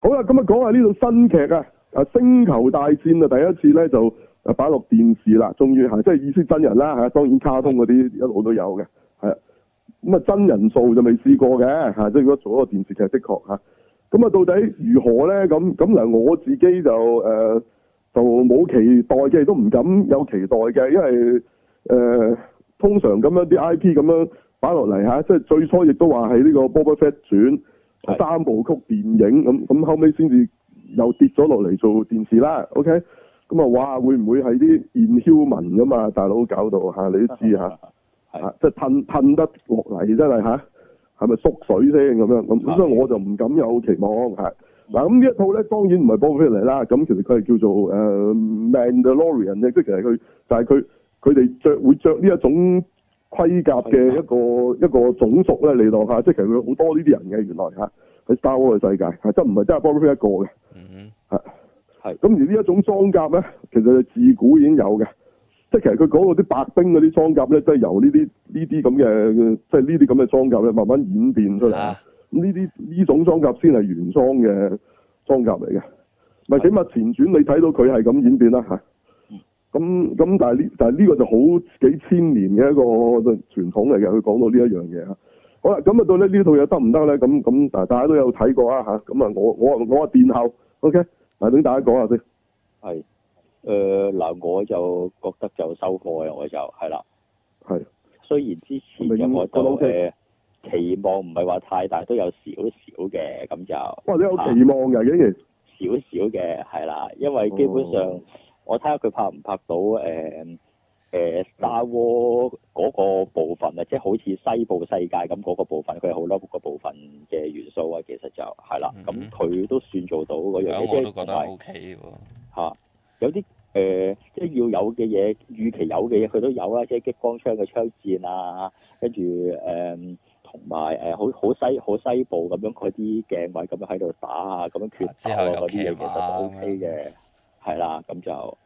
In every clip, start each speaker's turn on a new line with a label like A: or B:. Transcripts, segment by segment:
A: 好啦，咁啊講下呢套新劇啊，啊《星球大戰》啊，第一次咧就啊擺落電視啦，終於係即係意思真人啦嚇，當然卡通嗰啲一路都有嘅，係啊咁啊真人做就未試過嘅嚇，即係如果做一個電視劇的確嚇，咁啊到底如何咧？咁咁嗱，我自己就誒、呃就冇期待嘅，亦都唔敢有期待嘅，因為誒、呃通常咁樣啲 I P 咁樣擺落嚟嚇，即係最初亦都話係呢個《Boba Fett 傳》。
B: 係
A: 三部曲電影咁咁後尾先至又跌咗落嚟做電視啦，OK？咁啊，哇，會唔會係啲 inhuman 噶嘛？大佬搞到嚇，你都知嚇，
B: 係
A: 嚇啊即係褪褪得落嚟真係嚇，係咪縮水先咁樣咁？咁
B: 係
A: 所以我就唔敢有期望係。嗱咁呢一套咧，當然唔係 Boba Fett 嚟啦。咁其實佢係叫做誒、呃 Mandalorian 嘅，即係其實佢就係佢佢哋着會着呢一種盔甲嘅一個一個種族咧嚟到嚇，即係其實佢好多呢啲人嘅原來嚇喺 Star Wars 嘅世界嚇，即係唔係真係 Boba Fett 一個嘅
C: 嗯
A: 嚇。
B: 係
A: 咁而呢一種裝甲咧，其實就自古已經有嘅，即係其實佢講嗰啲白冰嗰啲裝甲咧，都係由呢啲呢啲咁嘅即係呢啲咁嘅裝甲咧，慢慢演變出
C: 哼，
A: 嚟。
C: 啊，
A: 咁呢啲呢種裝甲先係原裝嘅裝甲嚟嘅，咪起碼前傳你睇到佢係咁演變啦嚇。咁咁但係呢但係呢個就好幾千年嘅一個傳統嚟嘅，佢講到呢一樣嘢嚇。好啦，咁啊到咧呢套嘢得唔得咧？咁咁嗱，大家都有睇過啊嚇。咁啊，我我我話殿後，OK，嗱，等大家講下先。
B: 係誒嗱，我就覺得就收貨嘅，我就係啦。
A: 係
B: 雖然之前嘅我就
A: 明白
B: 誒呃期望唔係話太大，都有少少嘅咁就。啊
A: 哇！你有期望嘅竟然
B: 少少嘅，係啦，因為基本上、
A: 哦
B: 我睇下佢拍唔拍到誒誒、Star War 嗰個部分啊，即係好似西部世界咁嗰個部分，佢有好多個部分嘅元素啊，其實就係啦，咁
C: 嗯
B: 佢、都算做到嗰樣嘢，
C: 咁
B: 即係
C: 我都覺得
B: 同埋
C: O K 喎，
B: 嚇，有啲誒、呃即係要有嘅嘢，預期有嘅嘢佢都有啦，即係激光槍嘅槍戰啊，跟住誒同埋誒好好西好西部咁樣嗰啲鏡位咁樣喺度打啊，咁樣拳
C: 之
B: 打
C: 後
B: 啊
C: 有
B: 嗰啲嘢
C: 騎馬
B: 其實就 O K 嘅，係啦，咁就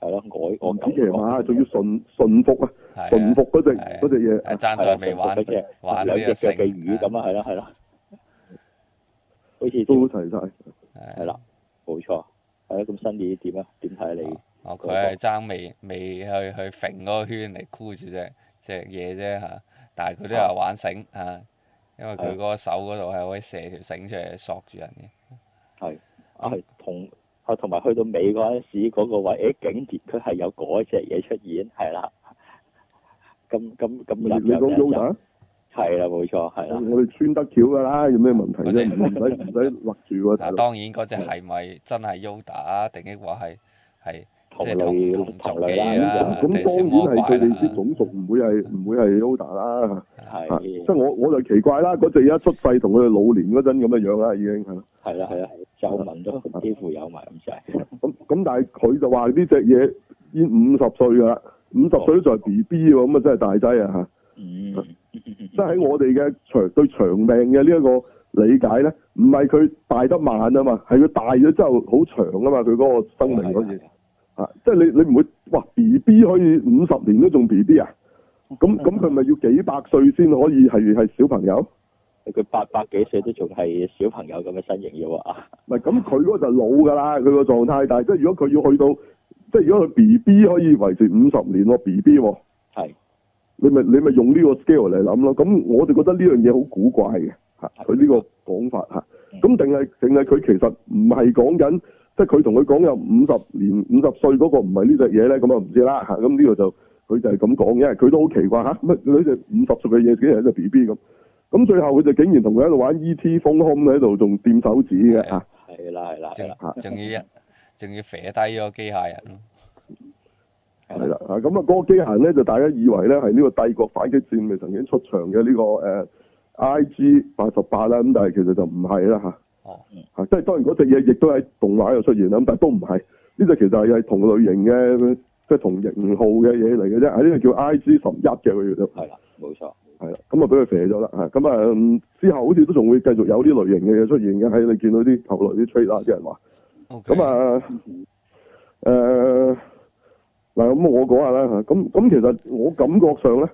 B: 係咯，我我
A: 唔
B: 感
A: 止
B: 覺
A: 騎馬，仲要順順服啊，
C: 係啊
A: 順服嗰只
C: 係啊
A: 嗰隻嘢
C: 誒，爭
B: 啊係
C: 在
B: 啦，
C: 未
B: 成
C: 玩
B: 嗰只
C: 玩
B: 兩
C: 呢個
B: 隻腳
C: 性
B: 嘅魚咁啊，係啦係啦，好似
A: 都齊晒。
C: 係
B: 係啦，冇錯，係啦，咁新年點啊？點睇你？
C: 哦，佢係爭未未去去揈嗰個圈嚟箍住只隻嘢啫嚇，但係佢都有玩繩嚇、啊因為佢嗰個手嗰度係可以射條繩出嚟索住人嘅。
B: 啊，係同啊，同埋去到尾嗰陣時嗰個位，誒竟然佢係有嗰只嘢出現，係啦。咁咁咁
A: 你
B: 入
A: 你講 Yoda 啊？
B: 係啦，冇錯，係啦，
A: 我哋穿得橋㗎啦，有咩問題
C: 我
A: 啫？
C: 哋
A: 唔使唔使勒住喎，大
C: 嗱，
A: 佬。
C: 當然嗰只係咪真係 Yoda 啊定抑或係係
B: 同
C: 即係
B: 類
C: 同同族
B: 類
C: 嘅嘢啦
B: 啦，
A: 咁
C: 地
A: 咁
C: 少
A: 當然
C: 魔
A: 係
C: 怪
A: 佢
C: 啦
A: 哋啲種族唔會係唔會係 Yoda 啦，啊即
B: 係
A: 係我我就奇怪啦，嗰隻一出世同佢哋老年嗰陣咁嘅樣啦，已經係啦。
B: 係啦係啦，就聞到幾乎有埋咁滯，
A: 咁咁但係佢就話呢隻嘢已經五十歲㗎啦，五十歲都仲係 B B 喎，咁啊真係大劑啊嚇！
B: 嗯，
A: 即係喺我哋嘅長對長命嘅呢一個理解咧，唔係佢大得慢啊嘛，係佢大咗之後好長啊嘛，佢嗰個生命嗰嘢。啊，即係你你唔會哇 B B 可以五十年都仲 B B 啊？ 咁咁佢咪要幾百歲先可以係係小朋友？
B: 佢八百幾歲都仲係小朋友咁嘅身形要啊，
A: 唔係咁佢嗰個就老㗎啦，佢個狀態，但係即係如果佢要去到，即係如果佢 B B 可以維持五十年喎 B B 喎，
B: 係
A: 你咪你咪用呢個 scale 嚟諗咯。咁我就覺得呢樣嘢好古怪嘅嚇，佢呢個講法嚇。咁定係定係佢其實唔係講緊，即係佢同佢講有五十年五十歲嗰個唔係呢隻嘢咧，咁啊唔知啦嚇。咁呢個就佢就係咁講，因為佢都好奇怪嚇，乜女隻五十歲嘅嘢竟然係隻 B B 咁。咁最後佢就竟然同佢喺度玩 E.T. 風空喺度，仲掂手指嘅嚇。
B: 係啦係啦係
C: 仲
B: 啦，
C: 仲要一仲要肥低咗機械人咯。
A: 係啦，啊咁啊，嗰個機械人咧就大家以為咧係呢個帝國反擊戰咪曾經出場嘅呢、個誒 I G 八十八啦，咁但係其實就唔係啦嚇，
C: 哦，
A: 嚇即係當然嗰隻嘢亦都喺動畫度出現啦，咁但係都唔係，呢隻其實係係同類型嘅，即係同型號嘅嘢嚟嘅啫，喺呢個叫 I G 十一嘅佢叫做
B: 係啦，冇錯，
A: 係啦，咁啊俾佢射咗啦嚇，咁啊嗯之後好似都仲會繼續有啲類型嘅嘢出現嘅，喺你見到啲後來啲 trade 啦啲人話。
C: OK
A: 咁，啊，誒嗱，咁我講下啦嚇。咁咁其實我感覺上咧，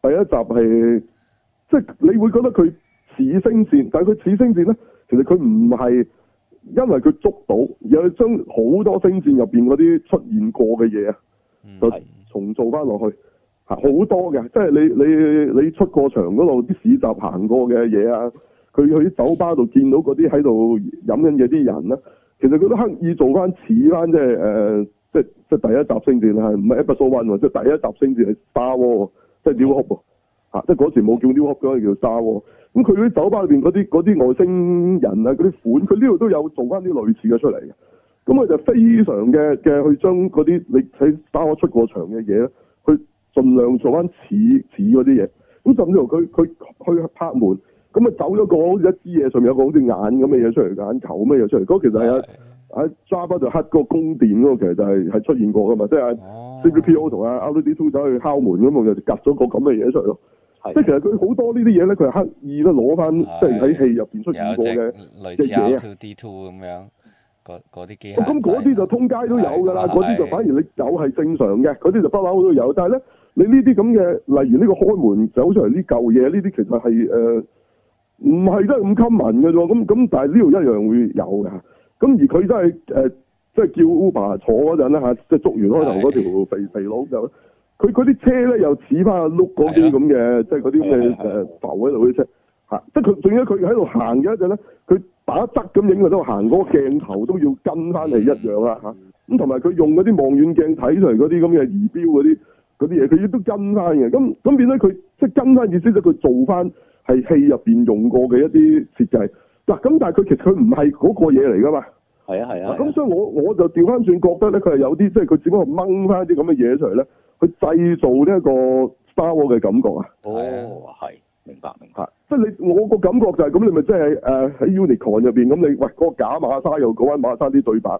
A: 第一集係即係你會覺得佢似星戰，但係佢似星戰咧，其實佢唔係因為佢捉到，而佢將好多星戰入邊嗰啲出現過嘅嘢啊，
C: 嗯
A: 就
B: 係
A: 重做翻落去，嚇好多嘅，即係你你你出過場嗰度啲市集行過嘅嘢啊，佢去啲酒吧度見到嗰啲喺度飲緊嘢啲人咧，其實佢都刻意做翻似翻即係誒，即係即係第一集星戰係啊唔係 Episode One 喎，即係第一集星戰係 Star War，即係 New Hope 喎嚇，啊即係嗰時冇叫 New Hope 嗰陣叫 Star War。咁佢嗰啲酒吧裏邊嗰啲嗰啲外星人啊，嗰啲款，佢呢度都有做翻啲類似嘅出嚟嘅。咁佢就非常嘅嘅去將嗰啲你喺打我出過場嘅嘢咧，去盡量做翻似似嗰啲嘢。咁甚至乎佢佢去拍門，咁啊走咗個好似一支嘢上面有個好似眼咁嘅嘢出嚟，眼球咁嘅嘢出嚟。嗰個其實係啊喺 Java 就黑嗰個宮殿嗰個，其實就係係出現過噶嘛，即係啊
C: 哦
A: C3PO 同啊 R2D2 走去敲門咁，我就夾咗個咁嘅嘢出嚟咯。
B: 係
A: 即係其實佢好多呢啲嘢咧，佢係刻意咧攞翻，
C: 啊係
A: 即係喺戲入邊出現
C: 有
A: 過
C: 隻
A: 嘅。
C: 類似
A: 嘅嘢啊
C: R2D2 咁樣，嗰嗰啲機械
A: 哦咁嗰啲就通街都有㗎啦，
C: 係
A: 嗰啲就
C: 係
A: 反而你有係正常嘅，嗰啲就不嬲都有。但係咧，你呢啲咁嘅，例如呢個開門走出嚟呢嚿嘢，呢啲其實係誒。呃唔係真係咁 common 嘅啫喎，咁咁但係呢度一樣會有嘅，咁而佢真係誒、呃即係叫 Uber 坐嗰陣咧嚇，即係捉完開頭嗰條肥肥佬就，佢嗰啲車咧又似翻阿 Look 嗰
C: 啊
A: 啲咁嘅，即係呃嗰啲咁嘅
B: 係啊係
A: 誒浮喺度嗰啲車嚇，即係佢仲要佢喺度行嘅一陣咧，佢打側咁影佢喺度行嗰個鏡頭都要跟翻嚟一樣
B: 嗯
A: 啦嚇，咁同埋佢用嗰啲望遠鏡睇出嚟嗰啲咁嘅儀表嗰啲嗰啲嘢，佢亦都跟翻嘅，咁咁變咗佢即係跟翻意思即係佢做翻。係戲入邊用過嘅一啲設計。嗱，咁但係佢其實佢唔係嗰個嘢嚟噶嘛。
B: 係啊係啊，
A: 嗱，咁所以我我就調翻轉覺得咧，佢係有啲即係佢只不過掹翻啲咁嘅嘢出嚟咧，去製造呢一個 Star War 嘅感覺啊。
B: 哦係，明白明白，
A: 嚇！即係你我個感覺就係、咁，你咪即係誒喺 Unicorn 入邊咁，你喂嗰、個假馬莎又講翻馬莎啲對白，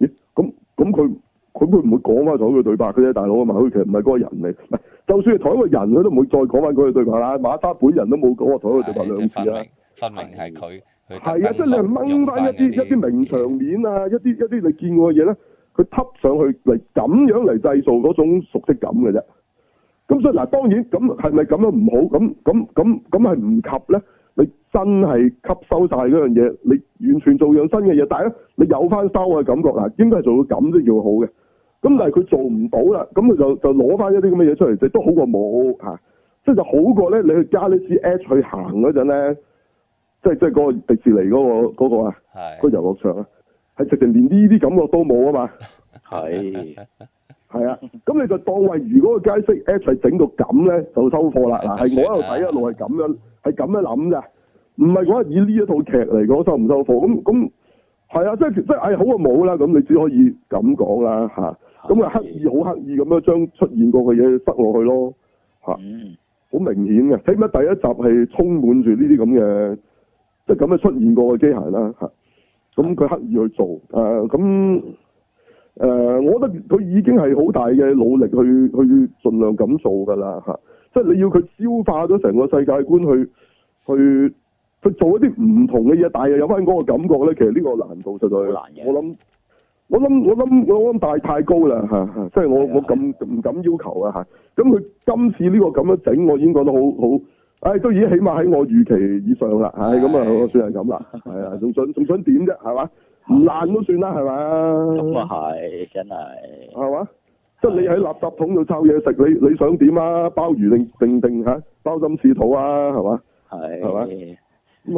A: 咦？咁咁佢佢會唔會講翻同佢對白嘅啫？大佬啊嘛，佢其實唔係嗰個人嚟，唔係就算係同一個人，佢都唔會再講翻嗰句對白啦。馬莎本人都冇講過同一句對白
C: 係
A: 兩
C: 即係
A: 次啊
C: 分
A: 啦。
C: 明分明係佢佢特登
A: 係啊，即係你係掹
C: 用
A: 翻一啲
C: 嗰
A: 一啲名場面啊，一啲一啲你見過嘅嘢咧，佢揷上去嚟咁樣嚟製造嗰種熟悉感嘅啫。咁所以嗱，當然咁係咪咁樣唔好？咁咁咁咁係唔及咧？你真係吸收晒嗰樣嘢，你完全做樣新嘅嘢，但係咧你有翻收嘅感覺嗱，應該係做到咁先叫好嘅。咁但係佢做唔到啦，咁佢就就攞翻一啲咁嘅嘢出嚟，就都好過冇嚇，即係就好過咧你去加呢支 H 去行嗰陣咧，即係即係嗰個迪士尼嗰、個嗰、個啊，
C: 係
A: 嗰個遊樂場啊，係直情連呢啲感覺都冇啊 嘛。
B: 係
A: 係啊，咁你就當為如果個街式 H 係整到咁咧，就收貨啦。嗱，係我喺度睇一路係咁樣，係咁樣諗咋，唔係講以呢一套劇嚟講收唔收貨。咁咁係啊，即係即係，哎好過冇啦。咁你只可以咁講啦嚇。咁啊刻意好刻意咁樣將出現過嘅嘢塞落去咯，
B: 嗯
A: 好明顯嘅。起碼第一集係充滿住呢啲咁嘅，即係咁嘅出現過嘅機械啦嚇。咁佢刻意去做，誒、咁誒、我覺得佢已經係好大嘅努力去去盡量咁做㗎啦嚇。即係你要佢消化咗成個世界觀去去去做一啲唔同嘅嘢，但係又有翻嗰個感覺咧，其實呢個難度實在
B: 好難嘅
A: 我諗我諗我諗我諗大太高啦嚇，嚇即係我
B: 係啊
A: 我咁唔敢要求啊嚇。咁佢今次呢個咁樣整，我已經覺得好好。唉、都已經起碼喺我預期以上啦，唉、咁啊，
C: 係
A: 我算係咁 啦，係啊，仲想仲想點啫，係嘛？唔爛都算啦，係
B: 咁啊
A: 嘛？
B: 係真係
A: 係嘛？即係你喺垃圾桶度抄嘢食，你你想點啊？鮑魚定定定嚇，鮑針刺肚啊，係嘛？
B: 係
A: 係咁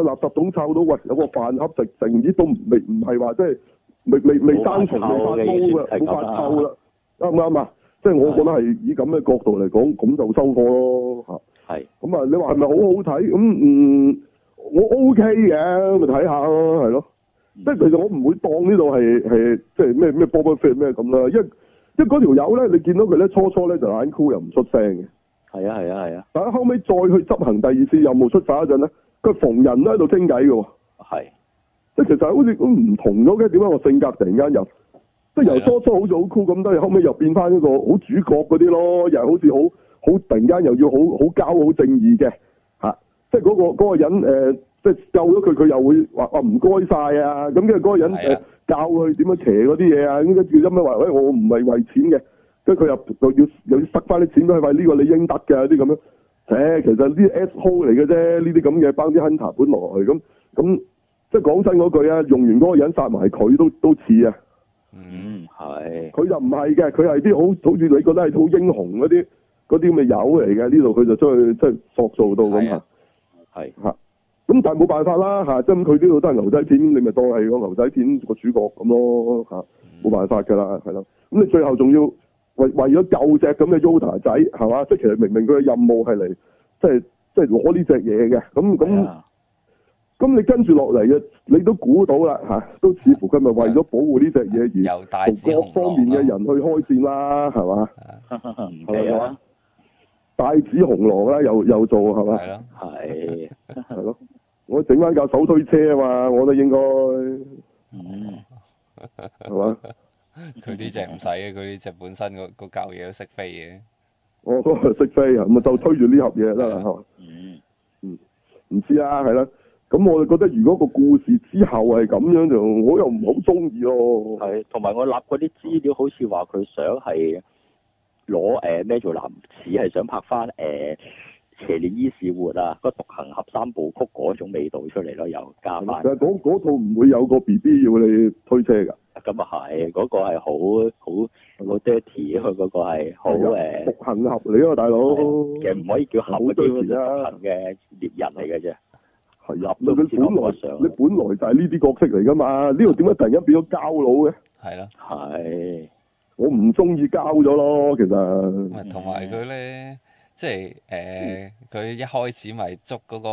A: 啊，垃圾桶抄到，喂，有個飯盒食剩，咦都唔未唔係話即係未未未生蟲未發毛嘅，冇發臭啦，啱唔啱啊？即係我覺得係以咁嘅角度嚟講，咁就收貨咯嚇。
B: 係
A: 咁啊，你話係咪好好睇？咁嗯，我 OK 嘅，咪睇下咯，係咯。
B: 嗯
A: 即係其實我唔會當呢度係係即係咩咩 Boba Fett 咩咁啦，因為因為嗰條友咧，你見到佢咧初初咧就眼酷又唔出聲嘅，
B: 係啊係啊係啊
A: 但係後尾再去執行第二次任務出發嗰陣咧，佢逢人都喺度傾偈嘅喎，
B: 係啊
A: 即係其實好似咁唔同咗嘅，點解我性格突然間又即係由初初好似好酷咁，但係後尾又變翻一個好主角嗰啲咯，又係好似好好突然間又要好好交好正義嘅嚇、即係嗰、個嗰、個人誒、呃即係救咗佢，佢又會話話唔該晒啊，咁跟住嗰個人
C: 係
A: 誒、
C: 啊
A: 教佢點樣騎嗰啲嘢啊，咁跟住咁樣話喂我唔係為錢嘅，跟住佢又又要又要塞翻啲錢俾佢，喂呢、個你應得嘅啲咁樣，誒、其實呢啲 S 號嚟嘅啫，呢啲咁嘅包啲 hunter 本來咁咁即係講真嗰句啊，用完嗰個人殺埋佢都都似啊，
C: 嗯，
B: 嗯，係，
A: 佢就唔係嘅，佢係啲好好似你覺得係好英雄嗰啲嗰啲咁嘅友嚟嘅，呢度佢就將佢即係塑造到咁
C: 係
A: 啊
C: 啊。
B: 係，
A: 咁但係冇辦法啦嚇，即係咁佢呢度都係牛仔片，你咪當係個牛仔片個主角咁咯嚇，冇辦法㗎啦，係咯。咁你最後仲要為為咗救只咁嘅 Yoda 仔係嘛？即係其實明明佢嘅任務係嚟即係即係攞呢只嘢嘅，咁
B: 係
A: 咁
B: 啊
A: 咁你跟住落嚟嘅，你都估到啦嚇，都似乎佢咪為咗保護呢只嘢
C: 又大
A: 而
C: 隻
A: 同
C: 紅啊
A: 各方面嘅
C: 狼
A: 人去開戰啦，係嘛？
B: 唔記啊，
A: 帶子紅狼啦，又又做係嘛
C: 係？啊咯，
B: 係，
A: 係咯，我整翻架手推車啊嘛，我都應該。
B: 嗯，
A: 係嘛？
C: 佢呢只唔使嘅，佢呢只本身個個嚿嘢都識飛嘅，
A: 我嗰個識飛啊，咁啊就推住呢盒嘢得 啦，係嘛？
B: 嗯，
A: 唔知啦，係啦。咁我就覺得如果個故事之後係咁樣，就我又唔好中意咯。
B: 係，同埋我立嗰啲資料，好似話佢想係攞誒咩做男，似係想拍翻誒、邪烈伊士活啊，個獨行俠三部曲嗰種味道出嚟咯，又加
A: 但
B: 翻，
A: 係嗰嗰套唔會有個 B B 要你推車㗎，
B: 咁啊係，嗰、個係好好好 dirty 啊，嗰個係好
A: 係
B: 誒
A: 獨，行俠嚟啊嘛，大佬。
B: 其實唔可以叫俠
A: 好
B: 啊，基本
A: dirty
B: 上
A: 啊
B: 獨行嘅獵人嚟嘅啫，
A: 係啊，
B: 立都
A: 你
B: 唔知
A: 本來
B: 立乜相啊
A: 你本來就係呢啲角色嚟㗎嘛，呢度點解突然間變咗膠佬嘅？
C: 係咯。
B: 係，
A: 我唔中意膠咗咯，其實
C: 咁啊同埋
A: 嗯
C: 佢咧，即係誒，呃佢、一開始咪捉嗰、個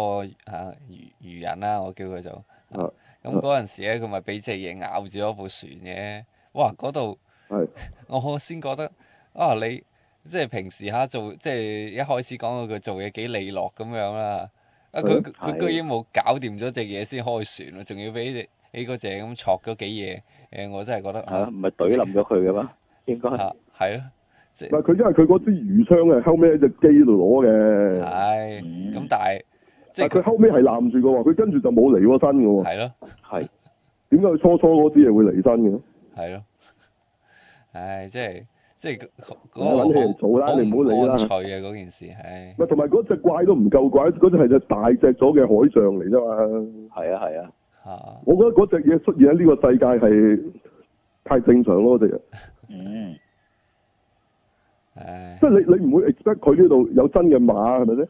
C: 啊漁漁人啦，我叫佢做。
A: 啊
C: 咁嗰陣時咧，佢咪俾隻嘢咬住咗部船嘅。哇！嗰度
A: 係
C: 我先覺得啊，你即係平時下做，即係一開始講到佢做嘢幾利落咁樣啦。啊！佢
A: 係
B: 啊
C: 佢居然冇搞掂咗隻嘢先開船喎，仲要俾你俾嗰隻咁戳咗幾嘢。誒、我真係覺得
B: 嚇
C: 啊
B: 唔係懟冧咗佢 嘅咩？應該
C: 啊，係咯，即係
A: 唔係佢因為佢嗰支魚槍係後尾喺隻機度攞嘅，
C: 係，
B: 嗯
C: 咁但係即
A: 但
C: 係
A: 係佢
C: 佢
A: 後尾係攬住嘅喎，佢跟住就冇離過身嘅喎。
C: 係咯
B: 係，
A: 點解佢初初嗰啲嘢會離身嘅？
C: 係咯，唉，即係即係嗰嗰
A: 你搵嘢嚟做
C: 個
A: 啦
C: 好好
A: 你唔好理啦
C: 乾脆啊嗰件事，唉，
A: 咪同埋嗰只怪都唔夠怪，嗰只係隻大隻咗嘅海象嚟啫嘛。
B: 係啊係啊，
C: 嚇
A: 我覺得嗰只嘢出現喺呢個世界係太正常咯，嗰隻嘢。
B: 嗯，
C: 唉
A: 即係你你唔會 expect 佢呢度有真嘅馬係咪咧？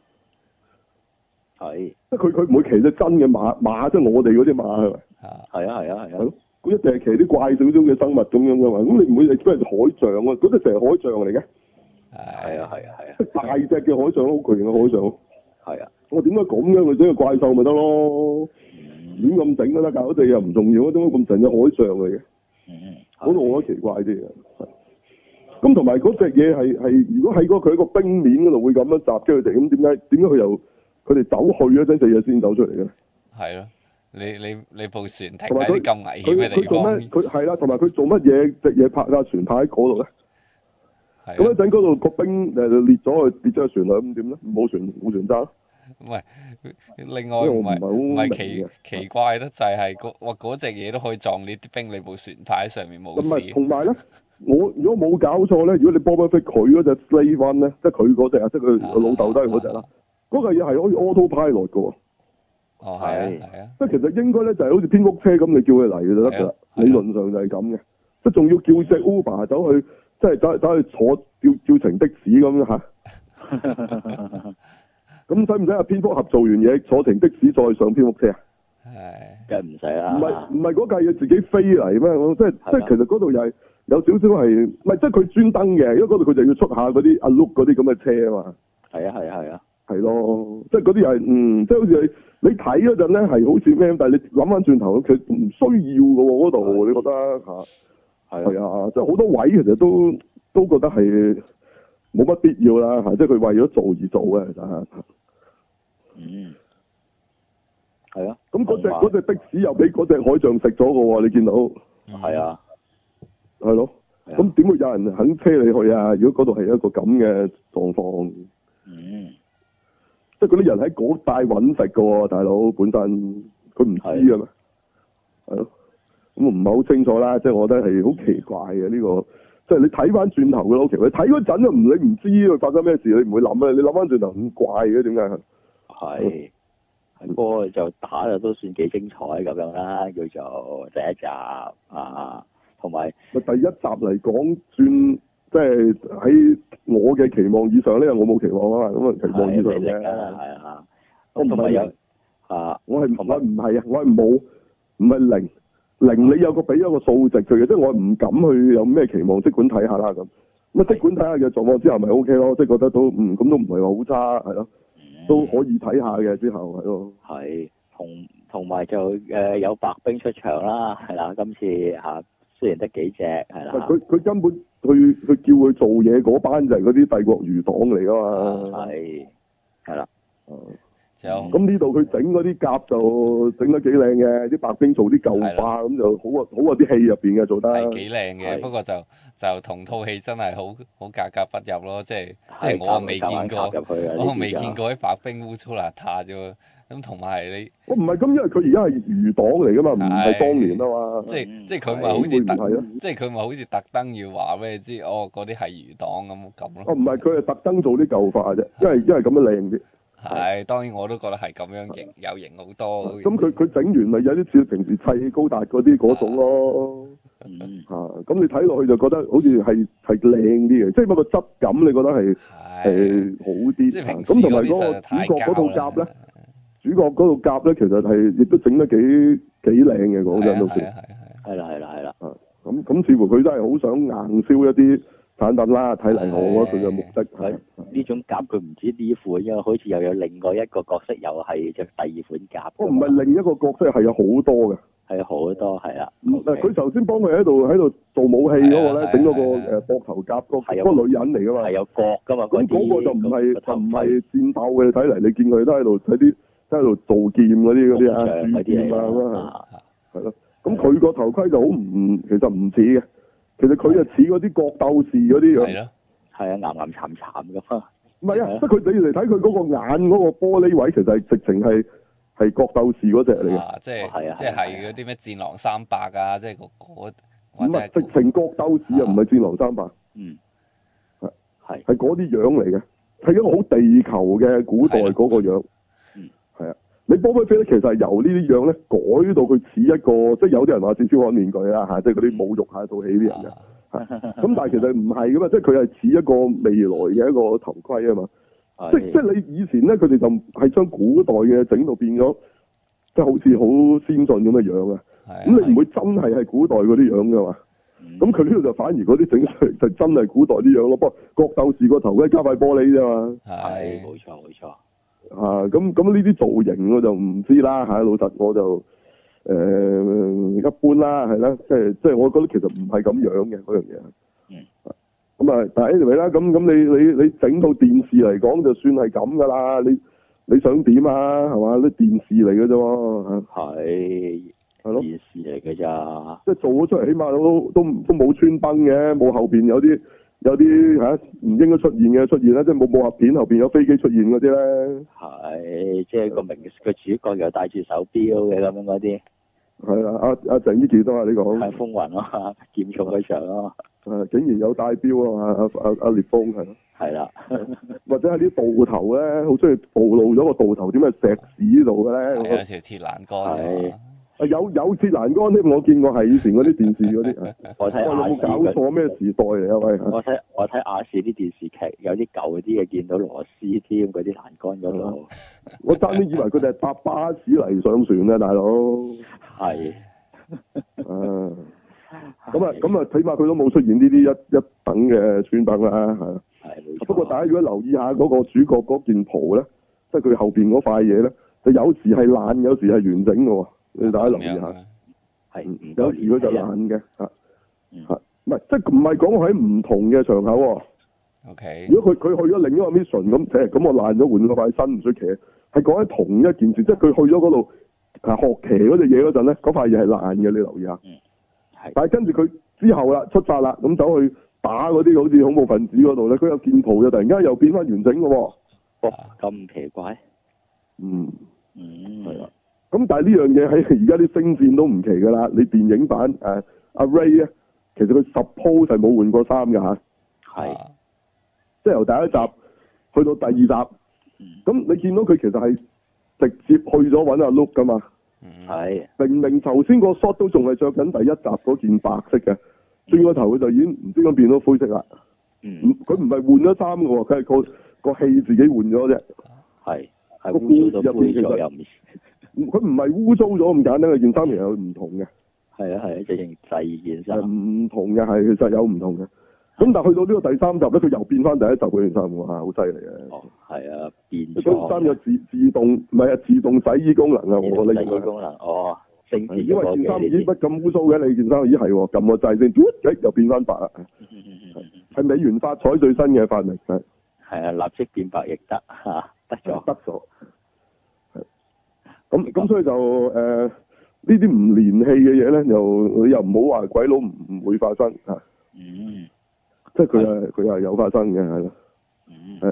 B: 係，
A: 即係佢佢唔會騎隻真嘅馬馬，即係我哋嗰啲馬係咪？
C: 嚇
B: 係啊係啊係
A: 係
B: 啊
A: 咯，，佢一定係騎啲怪少少嘅生物咁樣噶嘛。咁你唔會 expect 海象啊？嗰隻成係海象嚟嘅，
B: 係
C: 係
B: 啊係啊係啊
A: 即係大隻嘅海象，好巨型嘅海象。
B: 係啊，
A: 我點解咁樣佢整個怪獸咪得咯？亂咁整都得㗎，嗰隻又唔重要，點解咁成隻海象嚟嘅？
B: 嗯
A: 嗰度我覺得奇怪啲嘅。係咁同埋嗰隻嘢係係，如果喺嗰佢喺個冰面嗰度會咁樣襲擊佢哋，咁點解點解佢又佢哋走去嗰陣隻嘢先走出嚟嘅咧？
C: 係咯，你你你部船停
A: 同埋
C: 喺
A: 佢
C: 啲咁危險
A: 佢
C: 嘅
A: 佢
C: 地
A: 做
C: 方
A: 咩？，佢係啦，同埋佢做乜嘢隻嘢拍架船泊喺嗰度咧？咁一
C: 係啊，
A: 陣嗰度個冰誒裂咗，跌咗船啦，咁點咧？冇船冇船揸，
C: 唔係
A: 因為
C: 另外
A: 我
C: 唔
A: 唔係
C: 係
A: 好
C: 唔係
A: 明
C: 奇
A: 嘅
C: 奇怪得就係嗰哇嗰隻嘢都可以撞你啲冰，你部船牌喺上面冇
A: 咁咪
C: 事，
A: 同埋咧。我如果冇搞錯咧，如果你 Boba Fett 佢嗰只 Slave One 咧，即係佢嗰只啊，即係佢老豆都係嗰
C: 啊
A: 只啦。嗰個嘢係可以 auto pilot 嘅喎，
C: 哦係啊
B: 係
C: 係啊，
A: 即係其實應該咧就係好似蝙蝠車咁，你叫佢嚟就得㗎
C: 係
A: 啦
C: 啊。係啊
A: 理論上就係咁嘅，即係仲要叫只 Uber 走去，即係走走去坐叫叫程的士咁 嚇。咁使唔使啊阿蝙蝠俠做完嘢坐程的士再上蝙蝠車啊？
C: 係
B: 梗係唔使啦，
A: 唔
C: 啊
A: 係唔係嗰架嘢自己飛嚟咩？我即係
B: 係啊
A: 即係其實嗰度又係有少少係，唔係即係佢專登嘅，因為嗰度佢就要出下嗰啲阿 Look 嗰啲咁嘅車啊嘛。
B: 係啊係啊係啊，
A: 係咯，即係嗰啲又係，嗯，即係好似你你睇嗰陣咧係好似咩，但係你諗翻轉頭，佢唔需要嘅喎嗰度，
B: 係
A: 你覺得嚇？
B: 係
A: 係
B: 啊，
A: 啊，即係好多位其實都都覺得係冇乜必要啦嚇，即係佢為咗做而做嘅其實嚇。
B: 嗯，係啊，
A: 咁嗰只
B: 同埋
A: 嗰只的士又俾嗰只海象食咗嘅喎，你見到
B: 係啊，
A: 係咯？
B: 係啊
A: 咁點會有人肯車你去啊？如果嗰度係一個咁嘅狀況，
B: 嗯，
A: 即係嗰啲人喺嗰帶揾食嘅喎，大佬本身佢唔知嘅咩？係咯，咁唔係好清楚啦。即係我覺得係好奇怪嘅呢、個，即係你睇翻轉頭嘅好奇怪。你睇嗰陣就唔你唔知佢發生咩事，你唔會諗啊。你諗翻轉頭咁怪嘅點解？
B: 係，嗰個就打就都算幾精彩咁樣啦，叫做第一集啊，同埋
A: 咪第一集嚟講算即係喺我嘅期望以上呢，因為我冇期望啊嘛，咁啊期望以
B: 係
A: 上
B: 你力啊，
A: 嘅，
B: 係啊，
A: 我唔
B: 咁同埋
A: 係
B: 有
A: 人
B: 啊，
A: 我係
B: 同埋
A: 我唔係啊，我係冇，唔係零零，你有個俾咗個數值佢嘅，即係我唔敢去有咩期望，即管睇下啦咁。咁啊，即管睇下嘅狀況之後，咪 O K 咯，即係覺得都嗯咁都唔係話好差，係咯，
C: 嗯
A: 都可以睇下嘅之後係咯。
B: 係嗯同同埋就誒有白冰出場啦，係啦，今次嚇雖然得幾隻係
A: 喂
C: 啊
B: 啦，
A: 佢佢根本佢佢叫佢做嘢嗰班就係嗰啲帝國餘黨嚟噶
C: 啊
A: 嘛。啊
B: 係係啦，
C: 仲有
A: 咁呢度佢整嗰啲甲就整得幾靚嘅，啲白兵做啲舊化咁就好啊好啊！啲戲入邊嘅做得，
C: 係幾靚嘅，
B: 係
C: 不過就就同套戲真係好好格格不入咯，即係即係
B: 係
C: 我啊未
B: 夾硬
C: 見
B: 夾
C: 過，
B: 入去啊，
C: 我未見
B: 見過，
C: 過啲白冰污糟邋遢啫喎。咁同埋你
A: 我唔係咁，因為佢而家係餘黨嚟噶嘛，唔係
C: 係
A: 當年啊嘛，
C: 即係
B: 嗯
C: 即係佢咪
B: 係
C: 好似
A: 會唔係
C: 特
A: 啊
C: 即係佢咪好似特登要話俾你知，哦嗰啲係魚黨咁咁
A: 哦
C: 咯。
A: 唔係佢係特登做啲舊化啫，因為因為咁樣靚啲。
C: 係當然我都覺得係咁樣型有型好多。
A: 咁佢佢整完咪有啲似平時砌高達嗰啲嗰種
C: 啊
A: 咯，
B: 嗯
A: 嚇咁你睇落去就覺得好似係係靚啲嘅，即係不過質感你覺得係。
C: 係
A: 係好啲，
C: 即係平時
A: 啊咁同埋
C: 嗰
A: 嗰個主
C: 啲實在太
A: 角嗰套
C: 膠
A: 甲
C: 啦
A: 咧，主角嗰套甲咧，其實係亦都整得幾幾靚嘅，講真都
C: 係啊係
A: 算。
C: 啊係啊
B: 係啦係啦係啦，
A: 咁咁似乎佢真係好想硬銷一啲產品啦，睇嚟我覺得佢嘅目的係
B: 係。呢種夾佢唔止呢款，因為好似又有另外一個角色又係就第二款夾㗎嘛，
A: 哦，唔係另一個角色係有好多嘅，
B: 係好多係啊啦，
A: 唔
B: ，OK
A: 嗯佢頭先幫佢喺度喺度做武器嗰個
C: 係
A: 咧
C: 啊，
A: 整嗰
C: 係啊係
A: 個誒
C: 啊
A: 膊頭甲嗰
B: 係啊
A: 嗰個女人嚟噶嘛
B: 係。有角噶嘛，
A: 咁
B: 嗰
A: 嗰個
B: 啲
A: 就唔係
B: 個
A: 就
B: 頭
A: 唔
B: 盔
A: 係戰鬥嘅，睇嚟你見佢都喺度睇啲都喺度做劍嗰啲嗰啲啊，
B: 上嗰
A: 鑄
B: 啲
A: 劍啊
B: 嚟
A: 咁
B: 㗎
A: 啊。
B: 啊
A: 係咯，咁佢個頭盔就好唔，其實唔似嘅，其實佢就似嗰啲角鬥士嗰啲
C: 係
A: 樣，
C: 咯，
B: 係啊，岩岩慘慘咁啊，
A: 唔係
B: 係
A: 啊
B: 啊，
A: 即係佢你嚟睇佢嗰個眼嗰個玻璃位，其實係直情係係角鬥士嗰只嚟嘅，
C: 啊即
B: 哦係
C: 係
B: 啊
C: 即
B: 係啊
C: 係嗰啲咩戰狼三百啊，即係嗰嗰或
A: 唔
C: 者
A: 係
C: 係
A: 直情角鬥士啊，
C: 啊
A: 唔係戰狼三百，
B: 嗯
A: 係，
B: 係
A: 係嗰啲樣嚟嘅，係一個好地球嘅古代
C: 係咯
A: 嗰個樣
B: 嗯，
A: 係啊，你波比飛咧，其實係由呢啲樣咧改到佢似一個，即係有啲人話似超漢面具啦嚇，即係嗰啲侮辱下套戲啲人嘅。
C: 啊
A: 咁但係其實唔係噶嘛，即係佢係似一個未來嘅一個頭盔啊嘛。即即
B: 係
A: 係你以前咧，佢哋就係將古代嘅整到變咗，即係好似好先進咁嘅樣啊。
C: 係啊嗯
A: 咁你唔會真係係古代嗰啲樣噶嘛？
B: 嗯
A: 咁佢呢度就反而嗰啲整出嚟就真係古代啲樣咯。不過角鬥士個頭盔加塊玻璃啫嘛。
B: 係
C: 係
B: 冇錯冇錯，
A: 啊，咁咁呢啲造型我就唔知啦嚇、老實我就誒、一般啦，係啦，即係即係我覺得其實唔係咁樣嘅嗰樣嘢。
B: 嗯。
A: 咁啊，但係 anyway 啦，咁咁你你你整到電視嚟講，就算係咁噶啦，你你想點啊？係嘛？啲電視嚟嘅啫喎，嚇
B: 係
A: 係咯，
B: 電視嚟嘅咋，
A: 即係做咗出嚟，起碼都都都冇穿崩嘅，冇後邊有啲有啲嚇唔應該出現嘅出現啦，即係冇武俠片後邊有飛機出現嗰啲咧。
B: 係即係個明個主角又戴住手錶嘅咁樣嗰啲，
A: 係啦，阿阿鄭伊健都係你講。
B: 係風雲咯， 劍重嗰場咯，
A: 誒，竟然有戴錶啊！阿阿阿烈風係咯，
B: 係啦，
A: 或者係啲道頭咧，好中意暴露咗個道頭點解石屎度嘅
C: 係有
A: 咧？
C: 條鐵欄杆㗎嘛
A: 啊有有鐵欄杆添，我見過係以前嗰啲電視嗰啲。係
B: 我睇
A: 喂，有
B: 亞
A: 冇
B: 視
A: 搞
B: 嗰
A: 錯咩時代嚟啊？喂，
B: 我睇我睇亞視啲電視劇，有啲舊啲嘅見到螺絲添嗰啲欄杆嗰度，
A: 啊我真啲以為佢哋係搭巴士嚟上船啊，大佬。
B: 係
A: 啊，咁啊，咁啊，起碼佢都冇出現呢啲一一等嘅穿崩啦，係啊。
B: 係冇錯。
A: 不過大家如果留意下嗰個主角嗰件袍咧，即係佢後邊嗰塊嘢咧，就有時係爛，有時係完整嘅喎。你大家留意
C: 嗯咁樣啊
A: 下。
C: 嘅
B: 係
A: 嗯
B: 唔
A: 有
B: 夠
A: 時佢就
B: 年輕人
A: 懶嘅嚇
B: 嗯
A: 嚇，唔係即係唔係講喺唔同嘅場口喎。
C: ，OK，
A: 如果佢佢去咗另一個 mission 咁，誒咁我爛咗換咗塊新唔出奇，係講喺同一件事，即係佢去咗嗰度啊學騎嗰隻嘢嗰陣咧，嗰塊嘢係爛嘅，你留意下。
B: 係
A: 但係跟住佢之後啦，出發啦，咁走去打嗰啲好似恐怖分子嗰度咧，佢有見圖就突然間又變翻完整嘅喎。
C: 啊
B: 哦咁奇怪，
A: 嗯，
B: 嗯
A: 係啊啦咁但係呢樣嘢喺而家啲星戰都唔奇㗎啦。你電影版誒阿 Ray 咧，其實佢 suppose 係冇換過衫㗎嚇。
B: 係
C: 啊
A: 即係由第一集去到第二集，咁
B: 嗯
A: 你見到佢其實係直接去咗揾阿 Luke 噶嘛。
C: 嗯，
B: 係
A: 明明頭先個 shot 都仲係着緊第一集嗰件白色嘅，轉個頭佢就已經唔知咁變咗灰色啦。唔
B: 嗯
A: 佢唔係換咗衫嘅喎，佢係個個戲自己換咗啫。
B: 係係
A: 個
B: 污糟
A: 故事入邊
B: 咗灰
A: 其實
B: 咗又唔
A: 佢唔係污糟咗咁簡單，佢件衫其實有唔同嘅，
B: 係啊係啊，直情第二
A: 係
B: 件衫
A: 唔同嘅係其實有唔同嘅。咁但係去到呢個第三集咧，佢又變翻第一集嗰件衫喎，啊嚇好犀利嘅。
B: 哦，係啊變
A: 佢件衫有
B: 咗。
A: 自自動唔係啊自動洗衣功能啊，我覺
B: 第
A: 得
B: 二
A: 應該
B: 個。功能哦，正字
A: 因為件衫咦
B: 呢
A: 乜咁污糟嘅？你嗯件衫咦係喎，撳個掣先，嘟咦又變翻白啦。
B: 啲，
A: 係美元發彩最新嘅發明，係
B: 係啊立即變白亦得嚇，得
A: 得
B: 咗
A: 咗。係咁咁所以就誒呢啲唔連戲嘅嘢咧，又你又唔好話鬼佬唔唔會發生嚇，
B: 嗯
A: 即係佢係佢係有發生嘅係啦。
B: 嗯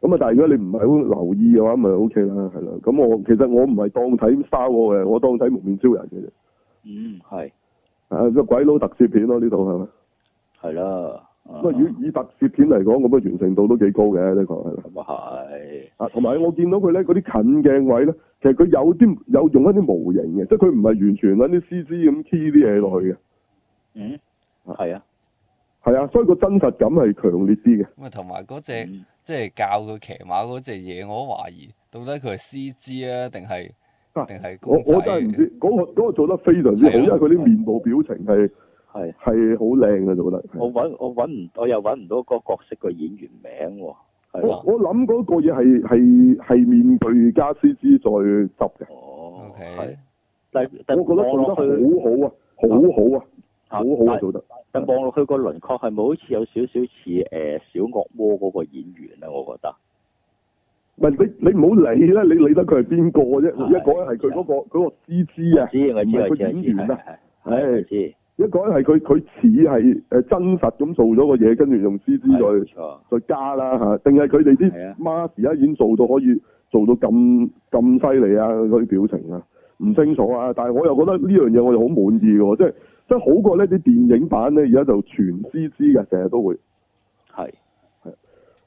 A: 咁啊，但係如果你唔係好留意嘅話，咪 O K 啦，係啦。咁我其實我唔係當睇沙窩嘅，我當睇蒙面超人嘅啫。
B: 嗯係
A: 啊，個鬼佬特攝片咯，呢度係咪？
B: 係啦，啊
A: 咁啊，如果以特攝片嚟講，咁啊完成度都幾高嘅，呢個係啦。
B: 咁啊係
A: 啊，同埋我見到佢咧嗰啲近鏡位咧，其實佢有啲有用一啲模型嘅，即係佢唔係完全揾啲 C G 咁 key 啲嘢落去嘅，
B: 嗯係啊
A: 係啊，所以個真實感係強烈啲嘅。
C: 咁啊同埋嗰隻
B: 嗯
C: 即係教佢騎馬嗰隻嘢，我都懷疑到底佢係 CG 啊，定係
A: 啊
C: 定係
A: 我
C: 公仔？
A: 我真係唔知嗰、個嗰、個做得非常之好，因
C: 係
A: 為
C: 咯
A: 佢啲面部表情係
B: 係。
A: 係好靚嘅做得。係
B: 我揾我揾唔，我又揾唔到個角色個演員名喎，係
A: 我
B: 啊咯，
A: 我諗嗰個嘢係係係面具加 C G 再執嘅，
B: 哦
C: OK
B: 係，但但
A: 我覺得
B: 望
A: 做得
B: 落
A: 好
B: 去，
A: 好啊，好好啊，好好啊
B: 但
A: 做得。
B: 但望落去個輪廓係咪好似有少少似誒小惡魔嗰個演員啊？我覺得
A: 唔係你你唔好理啦，你理得佢係邊個啫？
B: 係
A: 一個係佢嗰個嗰個 C G 啊。
B: 知我知
A: 唔係
B: 我
A: 佢
B: 知我
A: 演
B: 知
A: 員
B: 係
A: 啊
B: 係
A: 係
B: 係知，
A: 一個係佢佢似係誒真實咁做咗個嘢，跟住用 C G
B: 係冇
A: 再
B: 錯，
A: 再加啦嚇，定係佢哋
B: 係啊
A: 啲 mask 而家已經做到可以做到咁咁犀利啊！嗰啲表情啊，唔清楚啊，但係我又覺得呢樣嘢我又好滿意嘅喎，即係即係好過呢啲電影版咧，而家就全 C G 嘅，成日都會。
B: 係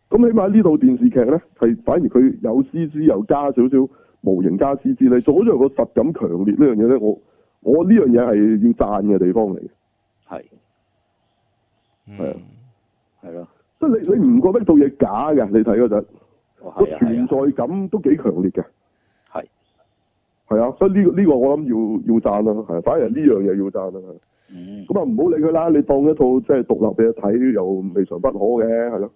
A: 咁起碼呢套電視劇咧，係反而佢有 C G 又加少少模型加 C G 咧，做咗個實感強烈呢樣嘢咧，我我呢樣嘢係要讚嘅地方嚟嘅。
B: 係
A: 係啊
C: 嗯，
B: 係咯，
A: 即係你你唔覺得套嘢假嘅？你睇嗰陣
B: 哦
A: 個
B: 係啊
A: 存
B: 係
A: 在感都幾強烈嘅，
B: 啊係，
A: 係啊，所以呢、個呢、個我諗要要讚啦，係，反而呢樣嘢要讚啦。係
B: 嗯
A: 咁啊，唔好理佢啦，你當一套即係獨立嘅睇又未嘗不可嘅，係咯，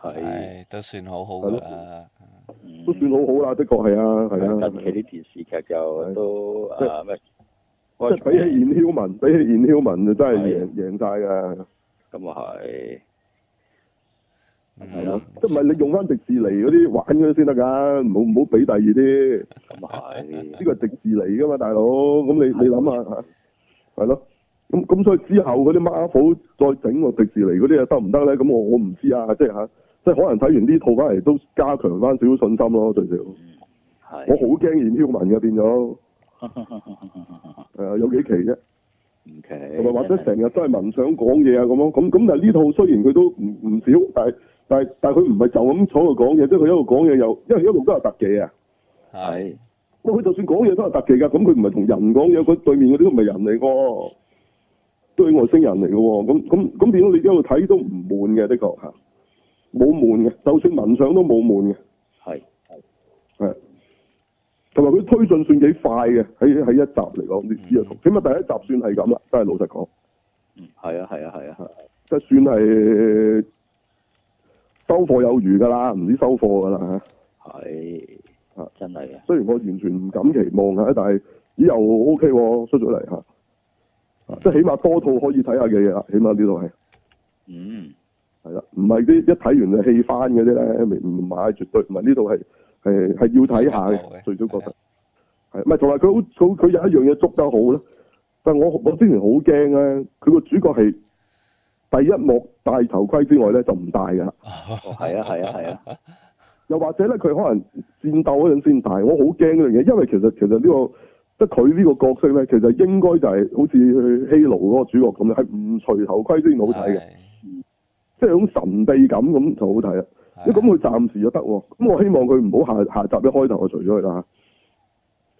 B: 係啊
C: 係都算好好㗎啦。
B: 嗯
A: 都算好好啦，的確係啊，係啊
B: 近，期啲電視劇就都
A: 即
B: 啊嗯咩，
A: 即係比起燕曉文，比起燕曉文就真係
B: 係啊
A: 贏贏晒嘅，
B: 咁啊係
A: 係
B: 嗯
C: 係
A: 咯，即係唔係你用翻迪士尼嗰啲玩嗰啲先得㗎，唔好唔好俾第二啲，
B: 咁啊係。
A: 呢個係迪士尼㗎嘛，大佬，咁你你諗下嚇係咯。咁咁所以之後嗰啲 Marvel 再整個迪士尼嗰啲嘢得唔得咧？咁我我唔知啊，即係嚇，即係可能睇完呢套翻嚟都加強翻少少信心咯，最少。我
B: 係
A: 好驚演挑文嘅變咗，誒、有幾期啫，
B: 唔奇，
A: 同埋或者成日都係文想講嘢啊咁咯，咁咁但係呢套雖然佢都唔唔少，但係但係但係佢唔係就咁坐度講嘢，即係佢一路講嘢又，因為一路都有特技啊。
C: 係
B: 係
A: 喂，佢就算講嘢都有特技㗎，咁佢唔係同人講嘢，佢對面嗰啲都唔係人嚟喎，都係外星人嚟嘅喎，咁咁咁變咗你一路睇都唔悶嘅，的確嚇，冇悶嘅，就算文想都冇悶嘅，
B: 係
A: 係。同埋佢推進算幾快嘅，喺喺一集嚟講，啊呢呢一套，起碼第一集算係咁啦，真係老實講，
B: 嗯係啊係啊係啊
A: 即係算係收貨有餘㗎啦，唔止收貨㗎啦嚇。
B: 係
A: 啊
B: 真係嘅，
A: 雖然我完全唔敢期望啊，但係咦又 O K 喎，出咗嚟嚇，啊即係起碼多套可以睇下嘅嘢啊啦，起碼呢度係
B: 嗯
A: 係啦，唔係啲一睇完就戲翻嗰啲咧，未唔買絕對唔係呢度係係係要睇下
C: 有嘅
A: 嘅，最少覺
C: 係啊
A: 得係唔係同埋佢好佢佢有一樣嘢捉得好咧，但係我我之前好驚咧，佢個主角係第一幕戴頭盔之外咧就唔戴㗎啦。
B: 哦係啊係啊係啊
A: 又或者咧，佢可能戰鬥嗰陣先大，我好驚呢樣嘢，因為其實其實呢、個即係佢呢個角色咧，其實應該就係好似希羅嗰個主角咁樣，係唔除頭盔先好睇嘅，
C: 係，
A: 即係有種神秘感咁就好睇啦。
C: 係
A: 咁佢暫時就得喎，咁我希望佢唔好下下集一開頭就除咗佢啦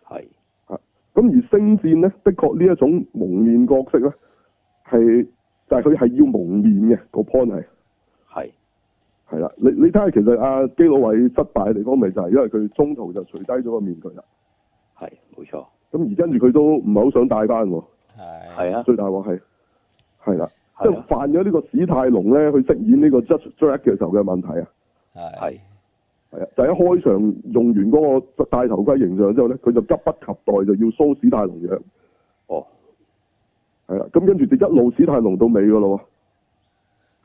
B: 係
A: 咁而星戰咧，的確呢一種蒙面角色咧，係就係佢係要蒙面嘅個 point 係
B: 係
A: 係啦。你你睇下，其實阿基魯偉失敗嘅地方咪就係因為佢中途就除低咗個面具啦。
B: 係冇錯，
A: 咁而跟住佢都唔係好想戴翻喎，
C: 係
B: 係啊
A: 最大鑊係係啦，即
B: 係
A: 係
B: 啊
A: 犯咗呢個史泰龍咧，去飾演呢個 Judge Dredd 嘅時候嘅問題啊。
C: 係
B: 係
A: 係啊，就係一開場用完嗰個戴頭盔形象之後咧，佢就急不及待就要 show 史泰龍樣，
B: 哦
A: 係啦，咁跟住就一路史泰龍到尾噶咯喎。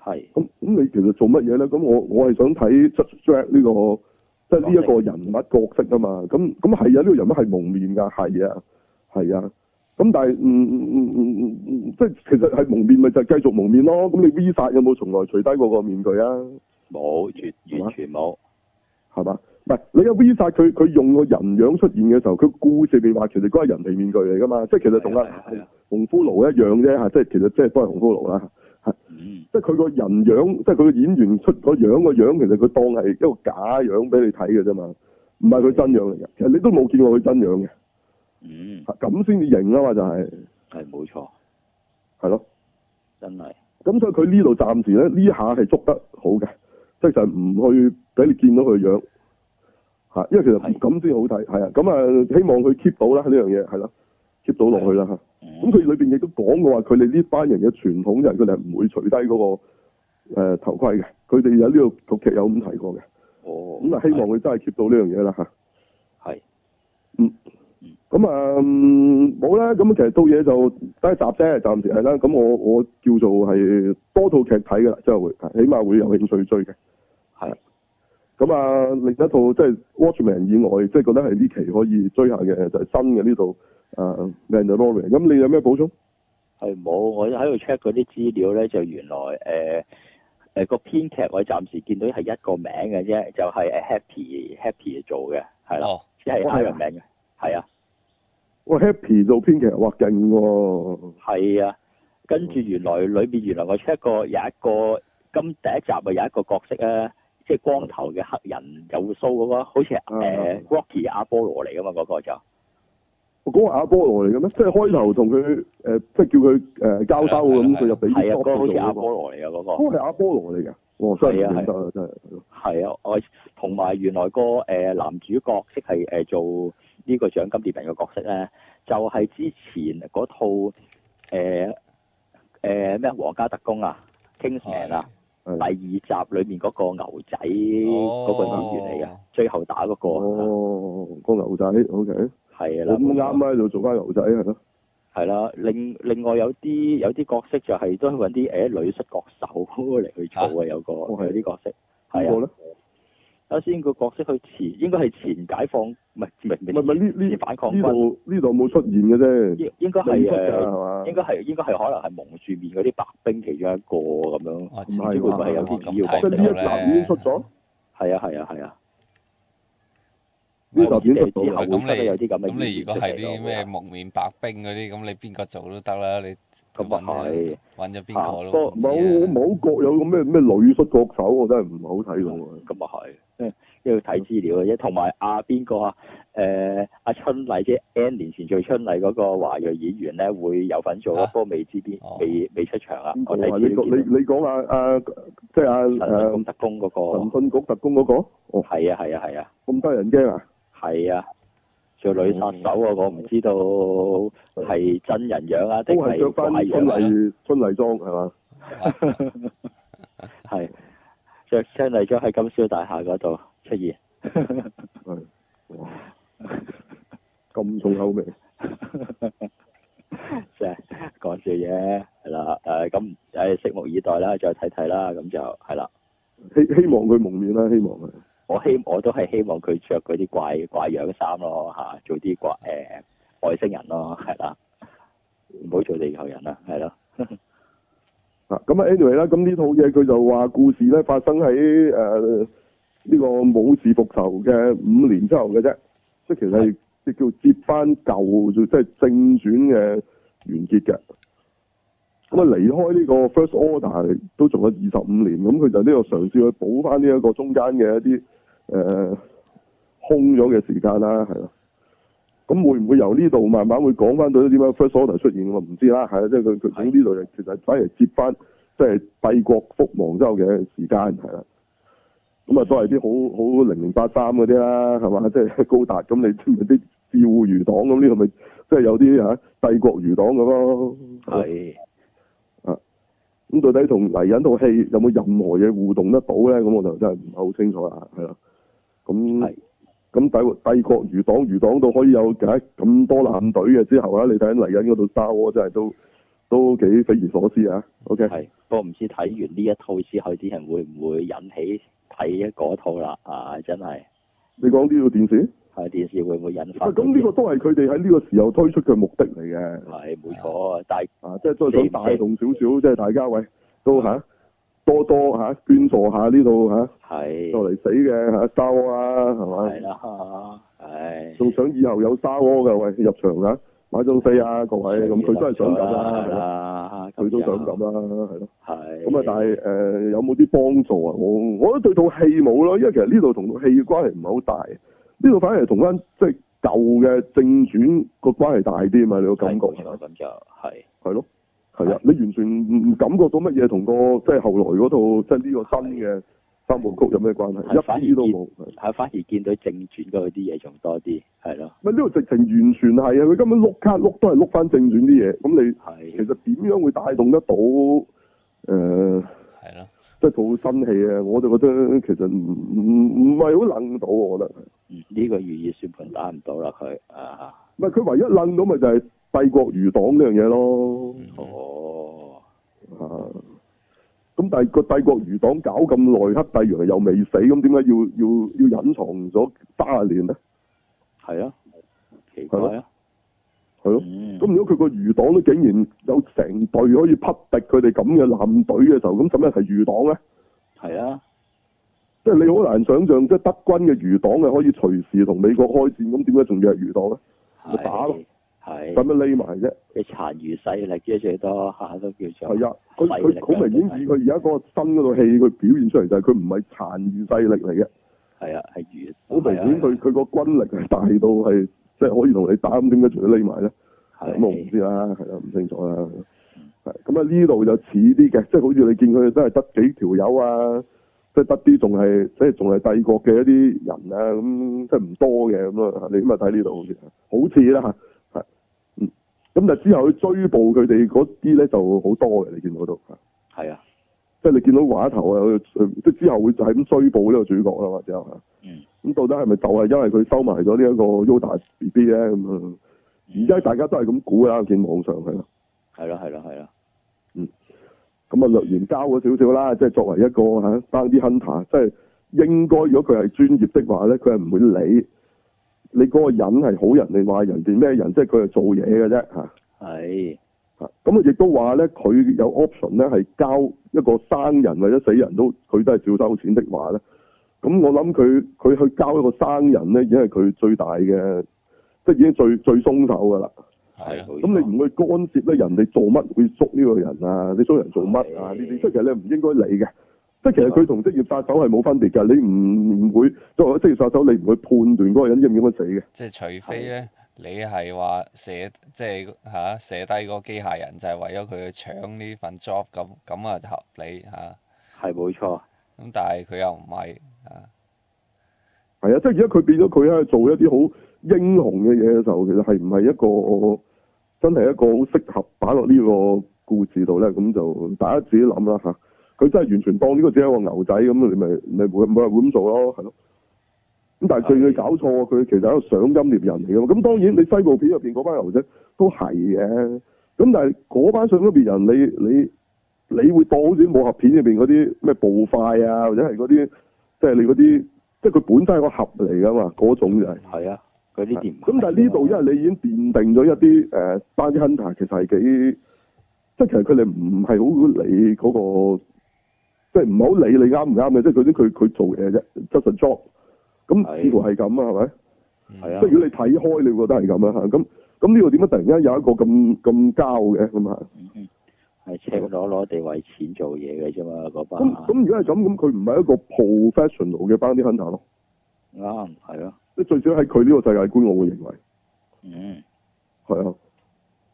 B: 係
A: 咁咁你其實做乜嘢咧？咁我我係想睇 Judge Dredd 呢、個，即係呢一個人物角色啊嘛。咁咁係啊，呢、個人物係蒙面㗎，係啊，係啊。咁但係嗯嗯嗯嗯嗯嗯，即係其實係蒙面，咪就係繼續蒙面咯。咁你 V 殺有冇從來除低過個面具啊？
B: 冇絕完全冇，
A: 係嘛？唔係你有 V 殺佢，佢用個人樣出現嘅時候，佢故事入面話其實嗰係人皮面具嚟㗎嘛，即係其實同阿
B: 係啊係啊係啊
A: 紅骷髏一樣啫，嚇即係其實即係都係紅骷髏啦。
B: 嗯
A: 即係佢個人樣，即係佢個演員出個樣個樣，其實佢當係一個假樣俾你睇嘅啫嘛，唔係佢真樣嚟嘅。其實你都冇見過佢真樣嘅，
B: 嗯
A: 咁先至型啊嘛，就係
B: 係冇錯，
A: 係咯。
B: 真係
A: 咁所以佢呢度暫時咧呢下係捉得好嘅，即係就係唔去俾你見到佢樣嚇，因為其實
B: 係
A: 咁先好睇，係啊。咁啊，希望佢 keep 到啦呢樣嘢，係咯，keep 到落去啦嚇。咁
B: 嗯
A: 佢裏邊亦都講過話，佢哋呢班人嘅傳統就係佢哋係唔會除低嗰、個、呃、頭盔嘅。佢哋有呢度套劇有咁提過嘅。
B: 哦
A: 咁啊，希望佢真係 keep 到呢樣嘢啦嚇。
B: 係
A: 咁啊嗯冇啦，咁其實套嘢就得一集啫，暫時係啦。咁我我叫做係多套劇睇嘅啦，即係會啊起碼會有興趣追嘅。
B: 係
A: 咁啊，另一套即係 Watchman 以外，即係覺得係呢期可以追下嘅就係、新嘅呢度啊 Mandalorian。咁你有咩補充？
B: 係冇，我喺度 check 嗰啲資料咧，就原來誒誒個編劇我暫時見到係一個名嘅啫，就係、誒 Happy Happy 做嘅，係啦，
C: 哦
B: 即係
A: 哦係啊
B: Iron Man 嘅，係啊
A: 哇，Happy 做編劇，哇勁喎！
B: 係啊，跟住原來裏邊原來我 check 過有一個今第一集啊有一個角色啊，即係光頭嘅黑人有須嗰、個，好似係
A: 啊
B: 誒 Rocky 阿波羅嚟噶嘛嗰個就
A: 嗰、個阿波羅嚟嘅咩？即係開頭同佢誒，即係叫佢誒、呃交收
C: 係啊
A: 咁，
C: 係啊
A: 佢入俾
B: 係啊，
A: 啲
B: 嗰個好似阿
A: 波
B: 波羅嚟噶嗰個。
A: 嗰個係阿波羅嚟嘅，哇！真
B: 啊
A: 係唔記得啦，真係。
B: 係啊，我同埋原來個誒、呃男主角即係誒做呢個獎金獵人嘅角色咧，就係、之前嗰套誒誒咩皇家特工啊，Kingsman 啊，
A: 哦係嗯
B: 第二集裏面嗰個牛仔嗰個演員嚟嘅，
C: 哦
B: 最後打嗰、個啊
A: 哦，個牛仔，OK，
B: 係啦，
A: 咁啱喺度做翻牛仔係咯，
B: 係啦。另另外有啲有啲角色就係都係揾啲呃誒女摔角手 嚟去做嘅，有個
A: 哦係
B: 有啲角色
A: 邊個
B: 係啊。
A: 咧？
B: 首先個角色佢前應該係前解放，唔係唔
A: 唔係
B: 係
A: 唔係呢呢
B: 前反抗
A: 呢
B: 軍。
A: 度呢度冇出現嘅啫，
B: 應應該係
A: 未出㗎
B: 誒，
A: 係嘛
B: 應？該係應該係可能係蒙住面嗰啲白兵其中一個咁樣。
C: 我
A: 唔係
C: 知
A: 喎
C: 道哦
A: 係有
B: 啲
C: 咁
B: 要
C: 睇
A: 即係
C: 唔
A: 呢
C: 到
A: 一集已經出咗，
B: 係啊係啊係啊，
A: 呢集已經出咗啦
B: 之後會真
C: 喂咁
B: 係
C: 你
B: 有啲咁嘅
C: 咁你
B: 意
C: 如果
B: 見出
C: 係
B: 嚟
C: 啲
B: 咯
C: 咩蒙面白冰嗰啲，咁你邊個做都得啦，你
B: 咁啊係
C: 揾咗邊個
B: 啊
C: 都
A: 唔係我我冇覺有個咩咩女摔角手，我真係唔係好睇到喎。
B: 咁啊係， 因為要睇資料嘅啫。同埋阿邊個啊誒阿春麗即係 N 年前最春麗嗰個華裔演員咧會有份做，
C: 啊
B: 不過未知邊
C: 哦
B: 未未出場啊。
A: 邊
B: 我
A: 個
B: 睇
A: 啊？
B: 資
A: 你
B: 料
A: 講你
B: 見
A: 你講啊啊，即係
B: 到
A: 啊
B: 神盾
A: 誒
B: 局特工嗰
A: 神
B: 個
A: 盾局特工嗰個，哦
B: 係啊係啊係啊。
A: 咁得人驚啊！
B: 係啊，做女殺手啊，我唔知道係真人樣啊，
A: 都
B: 定
A: 係着
B: 係
A: 翻
B: 怪
A: 春
B: 樣啊？
A: 麗春麗裝係嘛？
C: 啊
B: 係着真係咗喺金宵大廈嗰度出現，
A: 係哇，咁重口味，
B: 即係講笑嘢，係啦，誒咁誒拭目以待啦，再睇睇啦，咁就係啦。
A: 希希望佢蒙面啦，希望係
B: 我
A: 嗯
B: 希我都係希望佢着嗰啲怪怪樣衫咯嚇、做啲怪誒、外星人咯，係啦，唔好做地球人啦，係咯，
A: 啊咁啊，anyway 啦，咁呢套嘢佢就話故事咧發生喺誒呢個武士復仇嘅五年之後嘅啫，即係其實係即係叫接翻舊即係正傳嘅完結嘅。咁啊，離開呢個 First Order 都仲有二十五年，咁佢就呢個嘗試去補翻呢一個中間嘅一啲誒、呃空咗嘅時間啦，係咯。咁會唔會由呢度慢慢會講翻到點樣 First Order 出現？我唔知啦，係啊，即係佢佢總之呢度就其實反而接翻即係帝國覆亡之後嘅時間係啦。咁啊，都係啲好好零零八三嗰啲啦，係嘛？即 係高達咁，你咪啲自護魚黨咁呢個咪即係有啲嚇、帝國魚黨咁咯。係
B: 係
A: 咁到底同黎忍套戲有冇任何嘢互動得到咧？咁我就真係唔係好清楚啦，係啦。咁
B: 係
A: 咁帝帝國魚黨魚黨到可以有解咁多艦隊嘅之後啦，啊你睇緊黎忍嗰度 Star Wars 真係都都幾匪夷所思啊。OK，
B: 係，不過唔知睇完呢一套之後，啲人會唔會引起睇嗰套啦？啊，真係
A: 你講呢套電視，
B: 係電視會唔會引發
A: 喂
B: 到啲？
A: 咁呢個都係佢哋喺呢個時候推出嘅目的嚟嘅。
B: 係冇錯，但係
A: 啊，即係都係啊想帶動少少，即係大家喂都嚇、多多嚇、捐助下呢度嚇，就
B: 係
A: 嚟死嘅嚇收啊，係
B: 係
A: 嘛？
B: 啦，唉，
A: 仲想以後有沙窩嘅喂入場㗎，買張飛啊各位，咁佢都係想咁啦，係啦，
B: 啦，
A: 佢都想咁
B: 咁
A: 啦，係咯。
B: 樣，係
A: 咁啊，但係誒、有冇啲幫助啊？我我覺得對套戲冇咯，因為其實呢度同套戲嘅關係唔係好大，呢度反而係同翻即係舊嘅正傳個關係大啲啊嘛，你個感覺
B: 係
A: 係
B: 冇
A: 咪
B: 錯咁就係
A: 係咯，係啊，你完全唔唔感覺到乜嘢同個即係後來嗰套即係呢個新嘅三部曲有咩關係，
B: 係反而
A: 一啲都冇。係
B: 係啊反而見到正傳嗰啲嘢仲多啲，係咯，
A: 咪呢度直情完全係啊！佢根本碌卡碌都係碌翻正傳啲嘢，咁你其
B: 係
A: 實點樣會帶動得到誒、呃
C: 係咯，
A: 即係套新戲啊？我就覺得其實唔唔唔係好楞到，我覺得。
B: 嗯呢個如意算盤打唔到啦佢啊，
A: 唔係佢唯一楞到咪就係帝國餘黨呢樣嘢咯。
C: 嗯
B: 哦，
A: 啊！咁但係個帝國魚黨搞咁耐，黑帝洋又未死，咁點解要要要隱藏咗三十年咧？
B: 係咯，奇怪啊，
A: 係咯。
B: 嗯
A: 咁如果佢個魚黨都竟然有成隊可以匹敵佢哋咁嘅艦隊嘅時候，咁使咩係魚黨咧？
B: 係啊，
A: 即係你好難想象，即係德軍嘅魚黨係可以隨時同美國開戰，咁點解仲要係魚黨咧？咪打咯
B: 係係
A: 使乜匿埋啫？
B: 佢殘餘勢力啫，最多下都叫做
A: 係啊，佢
B: 勢力
A: 佢好明顯以佢而家嗰個新嗰套戲，佢表現出嚟就係佢唔係殘餘勢力嚟嘅。
B: 係啊，係餘
A: 好明顯佢佢個軍力係大到係即係可以同你打，咁點解仲要匿埋咧？咁我唔
B: 係
A: 知啦，係啊啦，唔清楚啦。係咁啊，呢度就似啲嘅，即係好似你見佢真係得幾條友啊，即係得啲仲係即係仲係帝國嘅一啲人啊，咁即係唔多嘅咁咯。你咁啊睇呢度好似好似啦嚇，係嗯。咁但係之後去追捕佢哋嗰啲咧就好多嘅，你見到度嚇
B: 係啊，
A: 即係你見到畫頭啊，佢佢即係之後會就係咁追捕呢個主角啦，或者嚇。
B: 嗯
A: 咁到底係咪就係因為佢收埋咗呢一個 Yoda B B 咧咁啊？而家大家都係咁估啦，見網上係啦，
B: 係咯係咯係咯，
A: 咁啊略言交咗少少啦，即係作為一個嚇 d o 啲 hunter，即係應該如果佢係專業的話咧，佢係唔會理你嗰個人係好人定壞人定咩人，即係佢係做嘢嘅啫嚇。
B: 係
A: 嚇咁啊，亦都話咧，佢有 option 咧係交一個生人或者死人都，佢都係照收錢的話咧，咁我諗佢佢去交一個生人咧，已經係佢最大嘅，即係已經最最鬆手噶啦。
C: 係咯，
A: 啊
B: 冇錯
A: 咁你唔去干涉咧，人哋做乜會捉呢個人啊？你捉人做乜啊？呢
B: 係
A: 啲即係其實你唔應該理嘅。即係其實佢同職業殺手係冇分別㗎，你唔唔會作為職業殺手，你唔會判斷嗰個人應唔應該死嘅。
C: 即係除非咧，你係話寫即係嚇、寫低個機械人就係為咗佢去搶呢份 job 咁，咁啊合理嚇。
B: 係冇錯，
C: 咁但係佢又唔係啊，
A: 係啊，即係而家佢變咗佢喺度做一啲好英雄嘅嘢嘅時候，其實係唔係一個真係一個好適合擺落呢個故事度咧？咁就大家自己諗啦嚇。佢真係完全當呢個只係一個牛仔咁，你咪你咪會每日會咁做咯，係咯。咁但係佢
B: 係
A: 佢搞錯喎，佢其實係一個賞金獵人嚟嘅嘛。咁當然你西部片入邊嗰班牛仔都係嘅，咁但係嗰班賞金獵人，你你你會當好似武俠片入邊嗰啲咩步快啊，或者係嗰啲即係你嗰啲，即係佢本身係個盒嚟噶嘛，嗰種就係、
B: 係啊，佢呢啲唔
A: 咁但係呢度，因為你已經奠定咗一啲呃誒 b u n hunter 其實係幾，即係其實佢哋唔係好理嗰、個，即係唔係好理你啱唔啱嘅，即係佢啲佢佢做嘢啫，just a job。咁
B: 係
A: 似乎係咁啊，係咪？
B: 係啊
A: 即係如果你睇開，你會覺得係咁啊嚇。咁咁呢度點解突然間有一個咁咁膠嘅咁啊？
B: 嗯嗯係赤裸裸地為錢做嘢嘅啫嘛，嗰班
A: 咁咁如果係咁，咁佢唔係一個 professional 嘅 bounty hunter 咯。
B: 啱係咯，
A: 即係最少喺佢呢個世界觀，我會認為。
B: 嗯，
A: 係啊，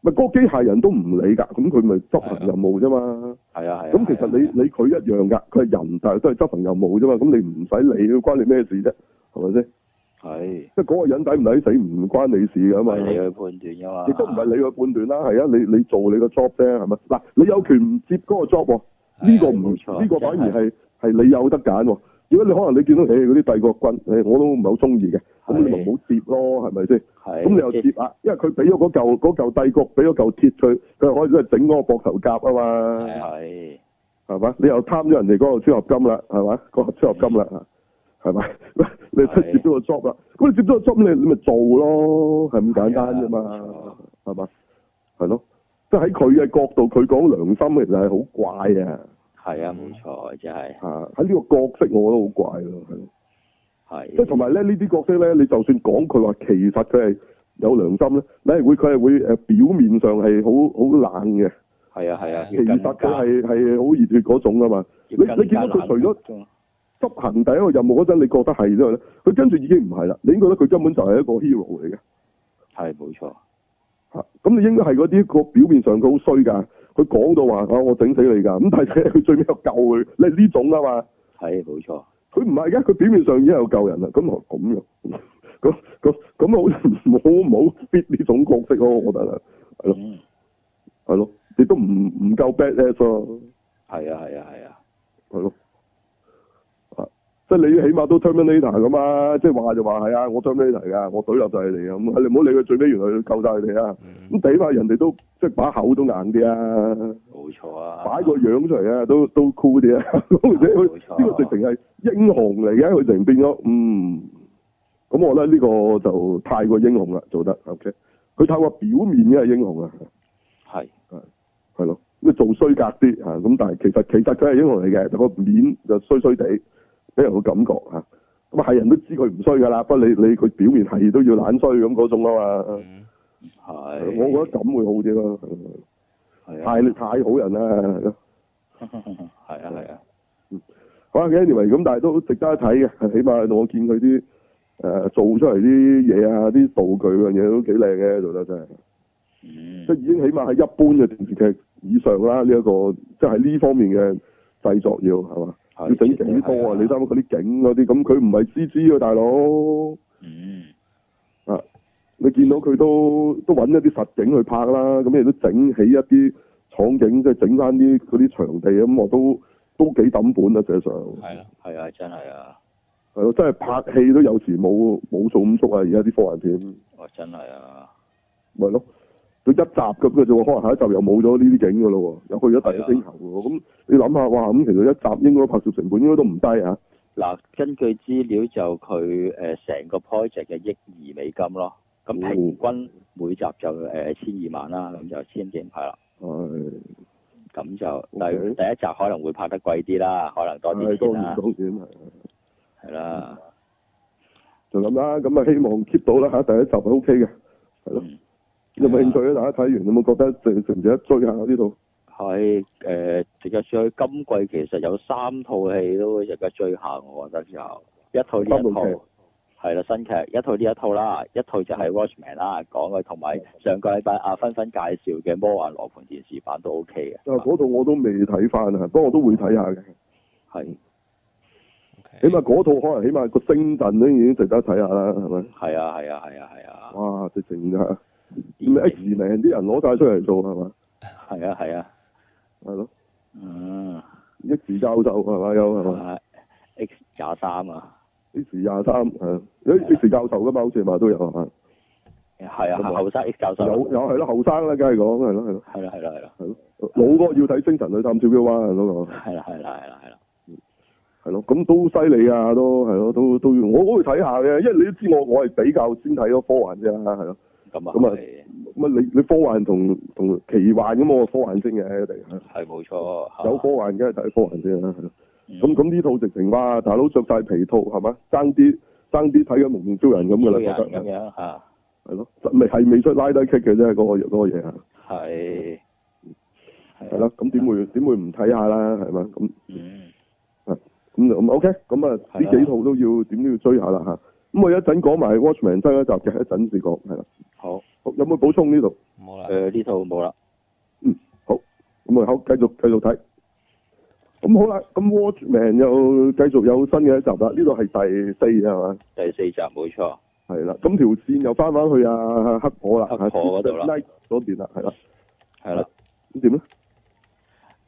A: 咪嗰個機械人都唔理㗎，咁佢咪執行任務啫嘛。
B: 係啊係啊。
A: 咁其實你你佢一樣㗎，佢係人，但係都係執行任務啫嘛。咁你唔使理，關你咩事啫？係咪先？
B: 係
A: 即係嗰個人抵唔抵死唔關你事㗎
B: 唔
A: 嘛。
B: 係你啊去判斷㗎嘛？
A: 亦都唔係你去判斷啦，係啊，你你做你個 job 啫，係咪？嗱，你有權唔接嗰個 job 喎，呢個
B: 冇錯
A: 唔呢個反而
B: 真
A: 係係你有得揀喎。如果你可能你見到誒嗰啲帝國軍，誒我都唔係好中意嘅，咁你咪唔好接咯，係咪先？
B: 係
A: 咁你又接啊？因為佢俾咗嗰嚿嗰嚿帝國俾咗嚿鐵佢，佢可以都係整嗰個膊頭夾啊嘛，
B: 係
A: 係嘛？你又貪咗人哋嗰個超合金啦，係嘛？嗰盒超合金啦，
B: 嗯
A: 係咪？ 你真係接咗個 job 啦，咁你接咗個 job 你你咪做咯，係咁簡單啫
B: 係
A: 嘛。
B: 啊
A: 係嘛？係咯，即係喺佢嘅角度，佢講良心其實係好怪啊！
B: 係啊，冇錯，真係
A: 嚇啊喺呢個角色我覺得好怪咯，係咯。
B: 係。
A: 即係同埋咧，呢啲角色咧，你就算講佢話其實佢係有良心咧，你係會佢係會誒表面上係好好冷嘅，
B: 係啊係啊，
A: 其實佢
B: 係
A: 係係好熱血嗰種啊嘛。你你見到佢除咗執行第一個任務嗰陣，你覺得係之後咧，佢跟住已經唔係啦，你已經覺得佢根本就係一個 hero 嚟嘅。
B: 係冇錯，
A: 嚇咁你應該係嗰啲個表面上佢好衰㗎，佢講到話啊我整死你㗎，咁但係佢最尾又救佢，你係呢種啊嘛，
B: 係冇錯，
A: 佢唔係嘅，佢表面上已經有救人啦，咁我咁樣，咁咁咁好似冇冇 fit 呢種角色咯，我覺得係咯
B: 嗯，
A: 係咯，亦都唔唔夠 bad ass 咯，
B: 係啊係啊係啊，
A: 係咯。啊即係你起碼都 Terminator 咁啊！即係話就話係啊，我 Terminator 㗎，我懟冧晒你哋咁，你唔好理佢最尾原來佢救晒你哋啊！
C: 嗯
A: 咁起碼人哋都即係把口都硬啲啊！
B: 冇錯啊，
A: 擺個樣出嚟啊，都都酷 啲啊！咁而且佢
B: 冇錯
A: 呢個直情係英雄嚟嘅，佢直情變咗嗯。咁我覺得呢個就太過英雄啦，做得 OK。佢太過表面嘅英雄啊，
B: 係
A: 係咯，咁啊做衰格啲嚇。咁但係其實其實佢係英雄嚟嘅，但個面就衰衰地，俾人個感覺嚇。咁啊係人都知佢唔衰㗎啦，不過你你佢表面係都要懶衰咁嗰種啊嘛。
C: 嗯
B: 係，
A: 我覺得咁會好啲咯，
B: 係啊
A: 太太好人啦。
B: 係啊係啊，
A: 好啊，anyway，咁但係都值得一睇嘅，起 碼我見佢啲誒做出嚟啲嘢啊，啲道具嗰樣嘢都幾靚嘅，做得真係，
B: 嗯
A: 即係，已經起碼係一般嘅電視劇以上啦。呢、一個即係喺呢方面嘅製作要係嘛，要整幾多啊？你睇下佢啲景嗰啲，咁佢唔係 C G 啊，大佬，
B: 嗯，
A: 你見到佢都都揾一啲實景去拍啦，咁亦都整起一啲廠景，即係整翻啲嗰啲場地咁，我都都幾抌本啊，事實上。
C: 係咯，
B: 係啊，真係啊，
A: 係咯，真係拍戲都有時冇冇數咁足啊！而家啲科幻片，
B: 我真係啊，
A: 咪咯，佢一集咁嘅啫喎，可能下一集又冇咗呢啲景嘅咯喎，又去咗第二星球嘅喎。咁你諗下，哇！咁其實一集應該拍攝成本應該都唔低啊，
B: 嗱，根據資料就佢誒成個 project 嘅億二美金
A: 嗯
B: 咯，咁平均每集就誒千二萬啦，咁就千幾派啦。
A: 係
B: 咁就第第一集可能會拍得貴啲啦，可能多啲
A: 係
B: 錢
A: 當
B: 啦
A: 然，當然係啊
B: 係啦，
A: 就咁啦。咁啊，希望 keep 到啦嚇，第一集係 OK 嘅，係咯。
B: 嗯
A: 有冇興趣咧？大家睇完有冇覺得值值唔值得追下呢度？
B: 係誒，直接上去今季其實有三套戲都值得追下，我覺得就一套呢一
A: 三套劇
B: 套係啦新劇，一套呢一套啦，一套就係 Watchman 啦，講嘅同埋上個禮拜阿芬芬介紹嘅魔幻羅盤電視版都 OK
A: 啊，
B: 嘅，
A: 嗰度我都未睇翻啊，不過我都會睇下嘅。
B: 係
C: OK
A: 起碼嗰套可能起碼個星陣都已經值得睇下啦，係咪？
B: 係啊係啊係啊係啊，
A: 哇！直情係〜
B: 係
A: 咪 X 名啲人攞晒出嚟做係嘛？
B: 啊係啊，
A: 係咯
B: 嗯，
A: ，X 教授係嘛有係嘛
B: 啊 X 廿三啊。
A: ？X 廿三係啊有啲 X 教授噶嘛？好似係嘛都有係嘛？
B: 係
A: 咁
B: 啊，
A: 啊
B: 後生 X 教授
A: 有有係咯，後生啦，梗係講係咯係咯
B: 係啦係啦係啦
A: 係咯，老嗰個要睇《星辰女探照標灣》嗰個
B: 係啦係啦係啦係啦，
A: 係咯，咁都犀利啊都係咯都都要我我會睇下嘅，因為你都知我我係比較先睇咗科幻啫係咯，
B: 咁啊
A: 咁啊
B: 係
A: 咁啊你你科幻同同奇幻咁我科幻先嘅一定係咯
B: 係冇錯，
A: 有科幻梗係睇科幻先啦係咯。咁
B: 咁
A: 咁呢套直情哇，大佬着晒皮套係嘛，爭啲爭啲睇緊蒙面超人咁噶啦，
B: 人
A: 覺
B: 咁
A: 得
B: 樣嚇，
A: 係咯，真未係未出拉低 kick 嘅啫，嗰、個嗰個嘢啊，
B: 係
A: 係咯，咁點
B: 啊
A: 會點會唔睇下啦，係嘛，咁
B: 嗯
A: 咁就咁 OK，咁啊
B: 係啊
A: 呢幾套都要點都要追下啦嚇，咁我一陣講埋 Watchman 新一集嘅，一陣先講係啦。
B: 好
A: 好有冇補充呢度？
C: 冇啦，
B: 誒呢套冇啦，
A: 好，咁啊好，繼續繼續睇。咁好啦，咁 Watchman 又繼續有新嘅一集啦，呢度係第四啊係嘛？
B: 第四集冇錯，
A: 係啦，咁條線又翻翻去啊黑婆啦，
B: 黑婆嗰度啦
A: Night 嗰邊啦，係啦，
B: 係啦。
A: 咁點咧？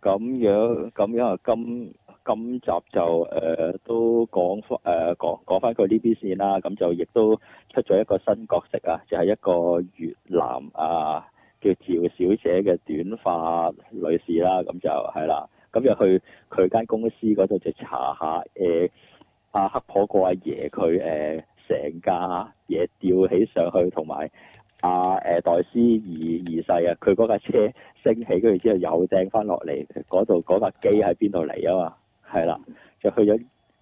B: 咁樣咁樣啊，今今集就誒、呃都講翻誒講講翻佢呢邊線啦，咁就亦都出咗一個新角色啊，就係、一個越南啊叫趙小姐嘅短髮女士啦，咁就係啦，咁就去佢間公司嗰度就查下誒阿、黑婆個阿爺佢誒成架嘢吊起上去，同埋。阿誒代斯二二世啊，佢嗰架車升起，跟住之後又掟翻落嚟，嗰度嗰架機喺邊度嚟啊嘛？係啦，就去咗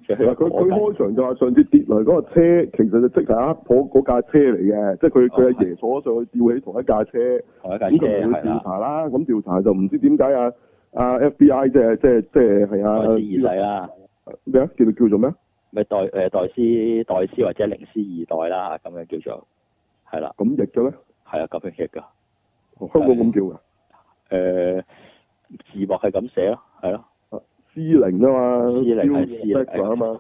B: 就去
A: 嗱，佢
B: 咗嗰
A: 佢
B: 間
A: 開場就話上次跌落嚟嗰個車，其實就即係黑婆嗰架車嚟嘅，即係佢佢
B: 哦
A: 阿爺坐咗上去吊起同一架車，咁
B: 同
A: 佢就
B: 一架車係
A: 去調
B: 啦，
A: 查啦。咁調查就唔知點解啊啊 FBI 即係即係即係係
B: 代斯
A: 啊
B: 二世啦，
A: 咩啊叫做叫做咩啊？
B: 咪代誒代斯代斯或者靈斯二代啦，咁樣叫做係啦，
A: 咁譯嘅咧，哦
B: 係啊咁樣譯㗎。
A: 香港咁叫㗎。啊
B: 誒呃字幕係咁寫咯，係咯，
A: C 零啊嘛
B: 司令係司
A: Q
B: 令
A: Black 啊嘛，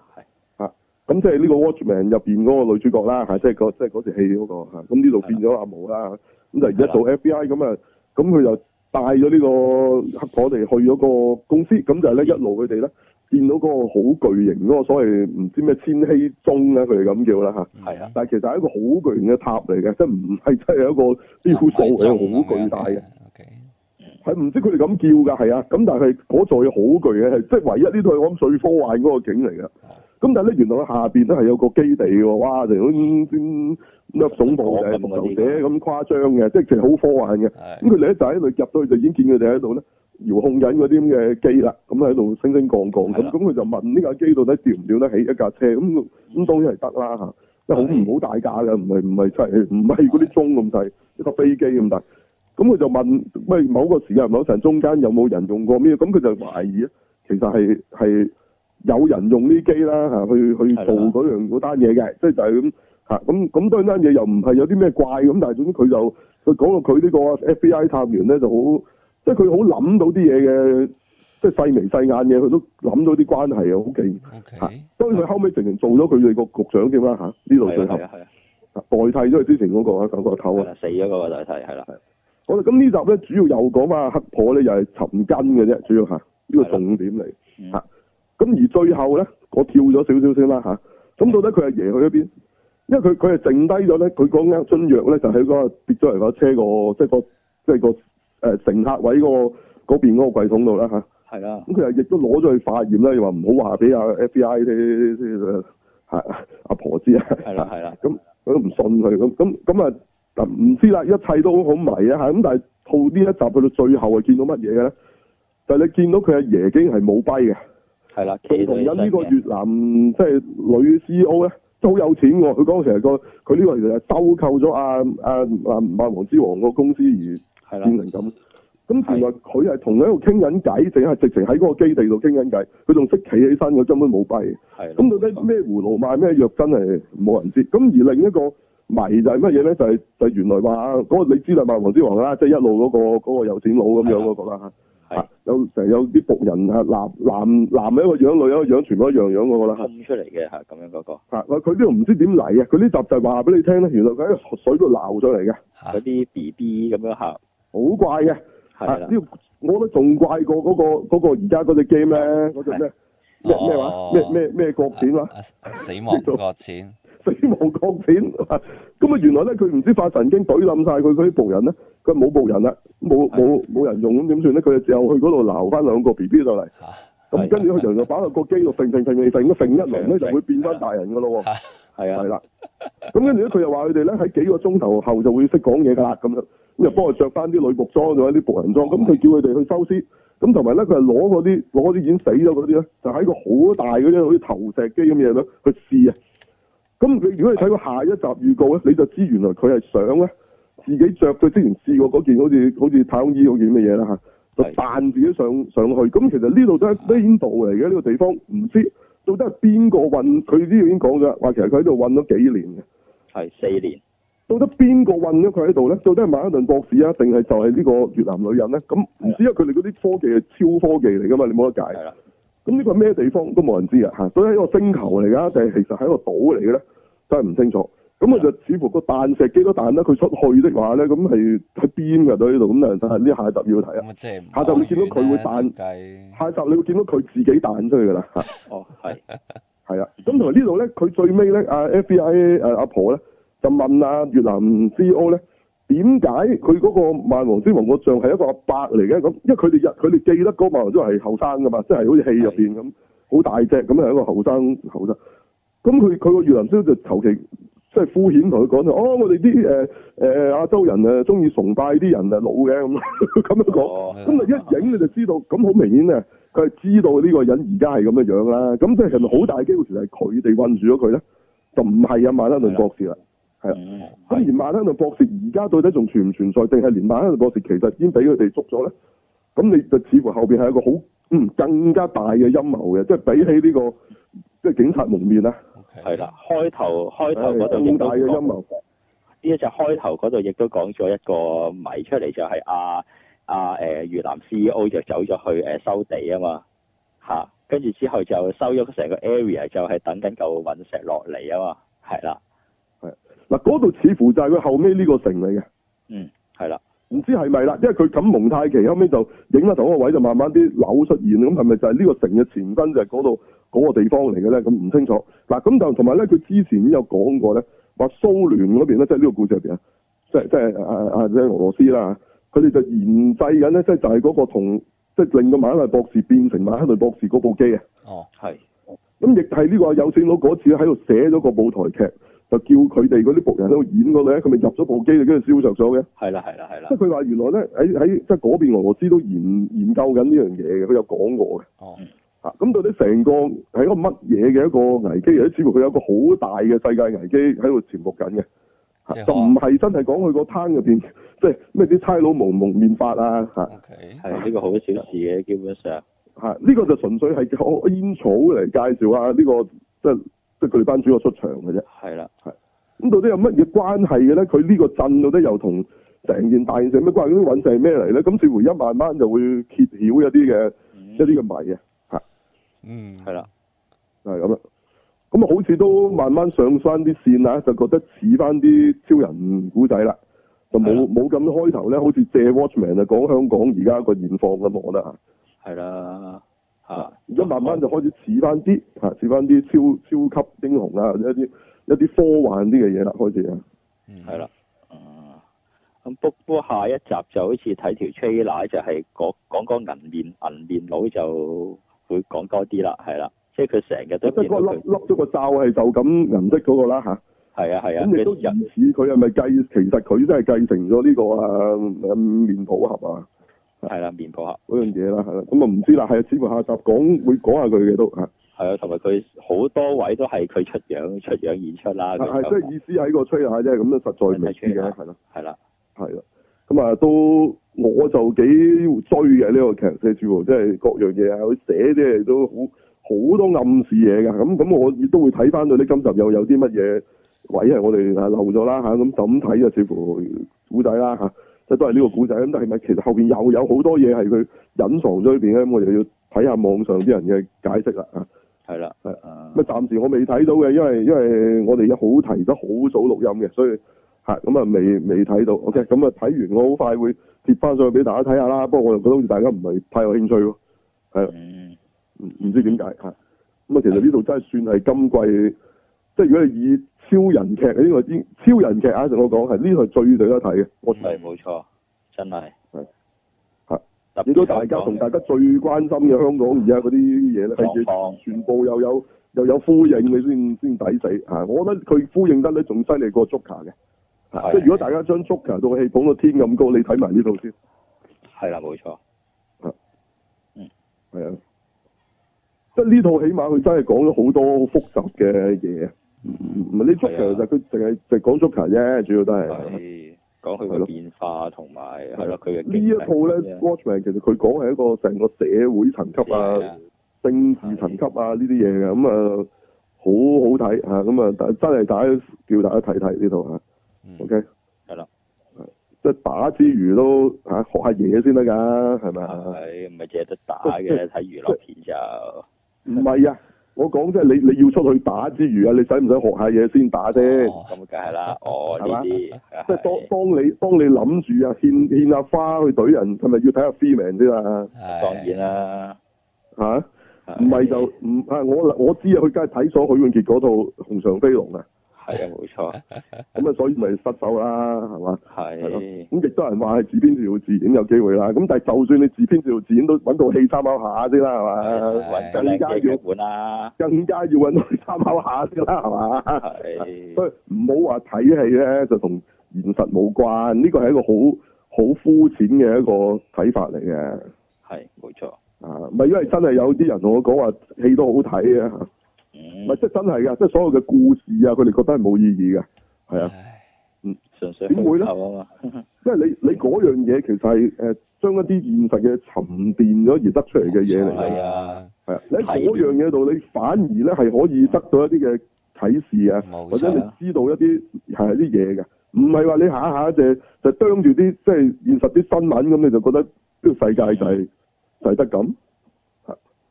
B: 係
A: 咁即係呢個 Watchman 入邊嗰個女主角啦，嚇，即係嗰即係嗰時戲嗰、個嚇，咁呢度變咗阿毛啦，咁就而家做 FBI 咁啊，咁佢就帶咗呢個黑婆哋去咗個公司，咁就係咧一路佢哋咧見到嗰個好巨型嗰個所謂唔知咩千禧鐘啊，佢哋咁叫啦嚇，
B: 係
C: 嗯
B: 啊
A: 但係其實係一個好巨型嘅塔嚟嘅，即係唔係真啊係一個雕塑
C: 啊
A: 嚟嘅，好巨大啊嘅。
C: O K，
A: 係唔知佢哋咁叫㗎，係啊，咁但係嗰座嘢好巨嘅，係即係唯一呢套係我諗最科幻嗰個景嚟㗎。咁但係咧，原來佢下邊咧係有個基地喎，哇！就咁咁咁啊總部嘅復仇者咁誇張嘅，即係其實好科幻嘅。咁
C: 係
A: 佢哋咧就喺度入到去就已經見佢哋喺度咧遙控緊嗰啲咁嘅機啦，咁啊喺度升升降降
B: 係
A: 咁，
B: 啦
A: 咁佢就問呢架機到底吊唔吊得起一架車？咁咁當然係得啦嚇，即係好唔好大架嘅，唔係唔係真係唔係嗰啲鐘咁細，一個飛機咁大。咁佢就問，喂某個時間某陣中間有冇人用過咩？咁佢就懷疑咧，啊其實係係有人用呢機啦嚇，去去
B: 係啦
A: 做嗰樣嗰單嘢嘅，即係就係咁嚇。咁咁當然單嘢又唔係有啲咩怪咁，但係總之佢就。佢講到佢呢個 FBI 探員咧就好，即係佢好諗到啲嘢嘅，即係細眉細眼嘢，佢都諗到啲關係啊，好勁。
C: O K，
A: 嚇當然佢後尾直情做咗佢哋個局長添啦嚇，呢度最後
B: 係啊係啊
A: 代替咗佢之前嗰、個啊九個頭
B: 係
A: 啊。
B: 啦，死咗嗰個代替係啦，
A: 好啦，咁呢集咧主要又講翻黑婆咧又係尋根嘅啫，主要嚇呢個
B: 係啦
A: 重點嚟
B: 嗯
A: 嚇。咁而最後咧，我跳咗少少先啦嚇。咁到底佢阿爺去咗邊？因為佢佢係剩低咗咧，佢嗰間樽藥咧就喺嗰個跌咗嚟個車個即係個即係個誒、呃乘客位嗰、個嗰邊嗰個櫃桶度啦嚇。
B: 係啦，
A: 咁佢又亦都攞咗去化驗啦，又話唔好話俾阿 FBI 啲啲係阿婆知啊。
B: 係啦係啦，
A: 咁佢都唔信佢咁咁咁啊，嗱唔知啦，一切都好迷啊嚇。咁但係套呢一集去到最後係見到乜嘢嘅咧？就係、你見到佢阿爺已經係冇跛嘅，
B: 係啦，
A: 佢
B: 企
A: 同
B: 到起
A: 緊呢
B: 身
A: 個
B: 嘅，
A: 越南即係女 CEO 咧都好有錢喎。佢講成日個佢呢個其實係收購咗阿阿阿阿黃之王個公司而
B: 係
A: 變
B: 啦，
A: 成咁。咁
B: 係
A: 原來佢係同佢喺度傾緊偈，淨係直情喺嗰個基地度傾緊偈。佢仲識企起身，佢根本冇跛。
B: 係啦，
A: 咁到底咩葫蘆賣咩藥真係冇人知。咁而另一個迷就係乜嘢咧？就係、就係原來話嗰個你知啦，賣黃之王啦，即係一路嗰、個嗰、個有錢佬咁樣嗰個啦嚇。
B: 係
A: 啊有成日有啲仆人啊，男男男嘅一個樣，女嘅一個樣，全部一樣樣嗰個啦嚇。
B: 空出嚟嘅係咁樣嗰個，
A: 嚇啊佢呢度唔知點嚟嘅，佢呢集就係話俾你聽咧，原來佢喺水度撈上嚟嘅，
C: 嚇
B: 嗰啲 B B 咁樣嚇，
A: 好怪嘅。
B: 係
A: 啊
B: 啦
A: 呢，個我覺得仲怪過嗰、個嗰、個而家嗰只 game 咧，嗰只咩咩咩
B: 哦
A: 話咩咩咩國片話。
C: 啊啊死亡國錢，
A: 死亡國片，咁啊原來咧佢唔知發神經懟冧晒佢嗰啲仆人咧，佢冇仆人啦，冇冇冇人用咁點算咧？佢就只有去嗰度撈翻兩個 B B 落嚟，
C: 嚇
A: 咁跟住佢人就擺落個機度揈揈揈揈揈咁揈一輪咧就會變翻大人噶咯喎，
C: 嚇
B: 係
A: 係
B: 啊，
A: 啦。咁跟住咧佢又話佢哋咧喺幾個鐘頭後就會識講嘢㗎啦，咁樣咁就幫佢着翻啲女僕裝仲有啲僕人裝，咁佢叫佢哋去收屍。咁同埋咧，佢係攞嗰啲攞嗰啲已經死咗嗰啲咧，就喺個好大嗰啲好似投石機咁嘅嘢咧去試啊！咁你如果你睇過下一集預告咧，你就知原來佢係想咧自己着佢之前試過嗰件好似好似太空衣嗰件乜嘢啦嚇，就
B: 係
A: 扮自己上上去。咁其實呢度都係邊度嚟嘅呢個地方，唔知到底係邊個運？佢呢度已經講咗啦，話其實佢喺度運咗幾年嘅。
B: 係四年，
A: 到底邊個運咗佢喺度咧？到底係馬克頓博士啊，定係就係呢個越南女人咧？咁唔知，因為佢哋嗰啲科技係超科技嚟噶嘛，你冇得解。
B: 係啦，
A: 咁呢個係咩地方都冇人知啊！嚇，所以係一個星球嚟噶，定係其實係一個島嚟嘅咧，真係唔清楚。咁佢就似乎個彈石幾多彈得佢出去的話咧，咁係喺邊㗎？到呢度咁，但係呢下集要睇啊。
C: 咁啊，即係唔
A: 下集你見到佢會
C: 安全
A: 彈
C: 計
A: 下集你會見到佢自己彈出去㗎啦，嚇
B: 哦係，
A: 係啦。咁同埋呢度啊咧，佢最尾咧，阿 FBI 誒阿婆咧就問阿越南 CEO 咧 E 點解佢嗰個萬王之王個像係一個阿伯嚟嘅咁，因為佢哋日佢哋記得嗰個萬王之王係後生㗎嘛，即係好似戲入邊咁好大隻咁係一個後生後生。咁佢佢個越南 CEO E 就求其。即係敷衍同佢講就，哦，我哋啲誒誒亞洲人誒中意崇拜啲人誒老嘅咁 咁樣講，
B: 哦
A: 咁咪一影你就知道，咁好明顯咧，佢係知道呢個人而家係咁樣樣啦。咁即係咪好大機會其實係佢哋困住咗佢咧？就唔係啊，曼克頓博士啦。係啊
B: 嗯
A: 咁而曼克頓博士而家到底仲存唔存在，定係連曼克頓博士其實已經俾佢哋捉咗咧？咁你就似乎後邊係一個好嗯更加大嘅陰謀嘅，即係比起呢、個即係警察蒙面啊，
C: ，OK，
B: 係啦，開頭開頭
A: 係
B: 嗰度
A: 更
B: 亦
A: 大
B: 都
A: 嘅陰
B: 講
A: 謀。
B: 呢一隻開頭嗰度亦都講咗一個謎出嚟，就係阿阿誒越南 CEO 就走咗去誒、呃收地啊嘛，嚇、跟住之後就收咗成個 area，就係等緊嚿隕石落嚟啊嘛，係啦，
A: 嗱，嗰度似乎就係佢後尾呢個城嚟嘅。
B: 嗯，係啦，
A: 唔知係咪啦，因為佢冚蒙太奇，後尾就影咗頭嗰個位，就慢慢啲樓出現，咁係咪就係呢個城嘅前身就係嗰度嗰個地方嚟嘅咧？咁唔清楚。嗱，咁就同埋咧，佢之前已經有講過咧，話蘇聯嗰邊咧，即係呢個故事入邊啊，即係即係啊啊即係俄羅斯啦，佢哋就研製緊咧，即係就係嗰個同即係令到馬克雷博士變成馬克雷博士嗰部機啊。
C: 哦，
B: 係
A: 咁亦係呢個有錢佬嗰次喺度寫咗個舞台劇，就叫佢哋嗰啲僕人喺度演嗰度咧，佢咪入咗部機，跟住燒着咗嘅。
B: 係啦，係啦，係啦
A: 即係，佢話原來咧喺喺即係嗰邊俄羅斯都研研究緊呢樣嘢嘅，佢有講過嘅。
C: 哦，
A: 啊，咁到底成個係一個乜嘢嘅一個危機？而且似乎佢有一個好大嘅世界危機喺度潛伏緊嘅。啊
C: 即係
A: 就唔係真係講佢個攤入邊， 即係咩啲差佬蒙蒙面法啊嚇
C: OK，
B: 係呢、個好小事嘅，基本上
A: 嚇，呢、個就純粹係個煙草嚟介紹下啊呢、個即係即係佢哋班主角出場嘅啫。
B: 係啦，
A: 咁到底有乜嘢關係嘅咧？佢呢個鎮到底又同成件大件事有咩關係？啲隕石係咩嚟咧？咁似乎一慢慢就會揭曉一啲嘅
B: 嗯
A: 一啲嘅謎嘅，啊
C: 嗯，
B: 係啦，
A: 就係咁啦。咁啊，好似都慢慢上翻啲線啊，就覺得似翻啲超人古仔啦，就冇
B: 係啊啦
A: 冇咁開頭咧，好似借 Watchman 啊講香港而家個現況咁，我覺得嚇。
B: 係啦，嚇、
A: 而家慢慢就開始似翻啲嚇，似翻啲超超級英雄啊，或者一啲一啲科幻啲嘅嘢啦，開始啊。
C: 嗯
B: 係啦，，嗯咁不不過下一集就好似睇條 trailer 就係講講個銀面銀面佬就會講多啲啦，係啦，即係佢成日
A: 即
B: 都
A: 係
B: 見到
A: 嗰個
B: 佢
A: 笠，笠咗個罩係就咁銀色嗰個啦嚇。
B: 係啊係啊，
A: 咁你都
B: 佢人
A: 疑似佢係咪繼？其實佢真係繼承咗呢、個啊啊面譜盒啊
B: 係啦面部合，
A: 嗰樣嘢啦，係啦。咁啊唔知啦，係啊，似乎下集講會講下佢嘅都嚇，
B: 係啊，同埋佢好多位都係佢出樣出樣演出啦，佢
A: 啊係
B: 就
A: 即係意思喺個吹下啫，咁啊實在未知
B: 係
A: 嘅，
B: 啦
A: 係咯，
B: 係啦，
A: 係啦。咁啊都我就幾追嘅呢個劇，寫住乎即係各樣嘢啊，佢寫啲嘢都好好多暗示嘢㗎。咁咁我亦都會睇翻到你今集又有啲乜嘢位係我哋啊漏咗啦嚇，咁就咁睇啊，似乎古仔啦嚇。即係都係呢個古仔咁，但係咪其實後邊又有好多嘢係佢隱藏咗裏邊咧？咁我哋要睇下網上啲人嘅解釋啦啊！
B: 係啦，
A: 係
B: 啊
A: 咁啊，暫時我未睇到嘅，因為因為我哋好提得好早錄音嘅，所以嚇咁啊未未睇到。OK，咁啊睇完我好快會貼翻上去俾大家睇下啦。不過我又覺得好似大家唔係太有興趣喎，
B: 嗯
A: 唔唔知點解嚇。咁啊，其實呢度真係算係今季，即係如果你以超人劇呢、個先超人劇啊，我講係呢個係最值得睇嘅，我
B: 係冇錯，真係
A: 係係
B: 特
A: 亦都大家同大家最關心嘅香港而家嗰啲嘢咧，係
B: 狀況
A: 全部又有又有呼應，你先先抵死嚇。我覺得佢呼應得咧仲犀利過 Joker 嘅，啊
B: 係
A: 即係如果大家將 Joker 到戲捧到天咁高，你睇埋呢套先
B: 係啦冇錯，
A: 係啊。即係呢套起碼佢真係講咗好多好複雜嘅嘢，唔係你 Joker 就佢淨係淨係講 Joker 啫，主要都係。
B: 係講佢
A: 係
B: 嘅
A: 咯
B: 變化同埋係咯佢嘅
A: 呢一
B: 經歷
A: 套咧，Watchman 其實佢講係一個成個社會層級
C: 係
A: 啊
C: 啊。
A: 政治層級啊呢啲嘢啊嘅，咁啊好好睇嚇，咁啊但真係大家叫大家睇睇呢套嚇，
C: 嗯
A: O K，
B: 係啦，
A: 即係打之餘都嚇、學下嘢先得㗎，係咪啊？
B: 係唔係淨係得打嘅？睇娛樂片就
A: 唔係啊，我講即係你你要出去打之餘啊，你使唔使學下嘢先打先？
C: 哦
B: 咁梗係啦，哦呢
A: 啊係嘛
B: 啲
A: 即係當當你當你諗住啊，獻獻下花去懟人，係咪要睇下 Freeman 先啊？
C: 係
B: 當然啦，
A: 嚇，唔係就唔啊！我我知啊，佢梗係睇咗許冠傑嗰套《紅上飛龍》啊，
B: 係啊冇錯，
A: 咁啊，所以咪失手啦，係嘛？ 係咯
B: 係
A: 咁亦都有人話係哎自編自導自演有機會啦。咁但係就算你自編自導自演，都揾套戲參考下先啦，係嘛？
B: 揾到靚嘅劇本啦，
A: 更加要揾套戲參考下先啦，係嘛？
B: 係
A: 所以唔好話睇戲咧就同現實冇關，呢個係一個好好膚淺嘅一個睇法嚟嘅。
B: 係冇錯，
A: 啊，唔係因為真係有啲人同我講話戲都好睇嘅，唔
B: 嗯
A: 係，即係真係嘅，即係所有嘅故事啊，佢哋覺得係冇意義嘅，係啊，
C: 唉
B: 純粹虛構啊嘛，
A: 因為你你嗰樣嘢其實係誒將一啲現實嘅沉澱咗而得出嚟嘅嘢嚟嘅，
B: 冇錯係啊，
A: 係啊，你喺
B: 係
A: 嗰樣嘢度，你反而咧係可以得到一啲嘅啟示啊，
C: 冇錯
A: 或者你知道一啲係啲嘢嘅，唔係話你下下就就啄住啲即係現實啲新聞咁，你就覺得呢個世界就係、就係得咁。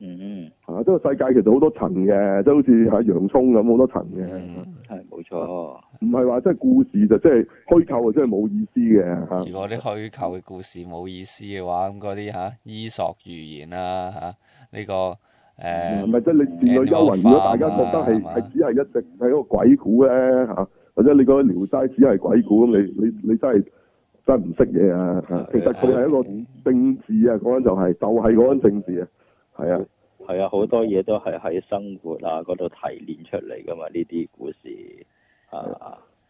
B: 嗯
A: 啊，即係世界其實好多層嘅，即係好似係洋葱咁好多層嘅，
C: 嗯
B: 係冇錯，
A: 唔係話即係故事就即係虛構啊，即係冇意思嘅嚇。
C: 如果啲虛構嘅故事冇意思嘅話，咁嗰啲嚇伊索寓言啊嚇，呢個
A: 唔
C: 誒
A: 係即係你倩女幽魂，如果大家覺得係
C: 係嘛
A: 係只係一直係一個鬼故咧嚇，或者你覺得聊齋只係鬼故咁，你你你真係真係唔識嘢啊嚇！其實佢係一個政治啊，嗰陣就係就係嗰陣政治啊，係啊，
B: 係啊，好多嘢都係喺生活啊嗰度提煉出嚟噶嘛，呢啲故事啊，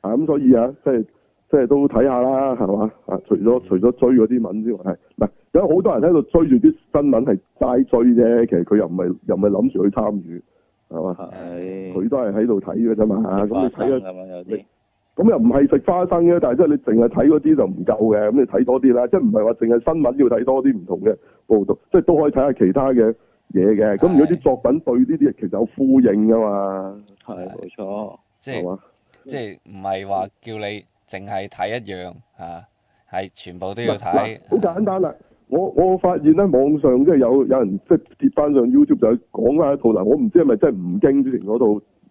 A: 啊咁所以啊，即係即係都睇下啦，係嘛啊？除咗除咗追嗰啲文之外，係唔係有好多人喺度追住啲新聞係齋追啫？其實佢又唔係又唔係諗住去參與，係嘛？
B: 係
A: 佢都係喺度睇嘅啫嘛。咁
B: 花
A: 你
B: 生
A: 睇咗
B: 咁樣有啲，
A: 咁又唔係食花生嘅，但係即係你淨係睇嗰啲就唔夠嘅，咁你睇多啲啦。即係唔係話淨係新聞要睇多啲唔同嘅報道，即係都可以睇下其他嘅嘢嘅。咁如果啲作品對呢啲其實有呼應噶嘛，
B: 係冇錯，
C: 即
A: 係
C: 係
A: 嘛？
C: 即係唔係話叫你淨係睇一樣嚇，係、全部都
A: 嗱
C: 要睇。
A: 好簡單啦。我我發現咧，網上即係有有人即係貼翻上 YouTube 就係講翻一套嗱，我唔知係咪真係吳京之前嗰套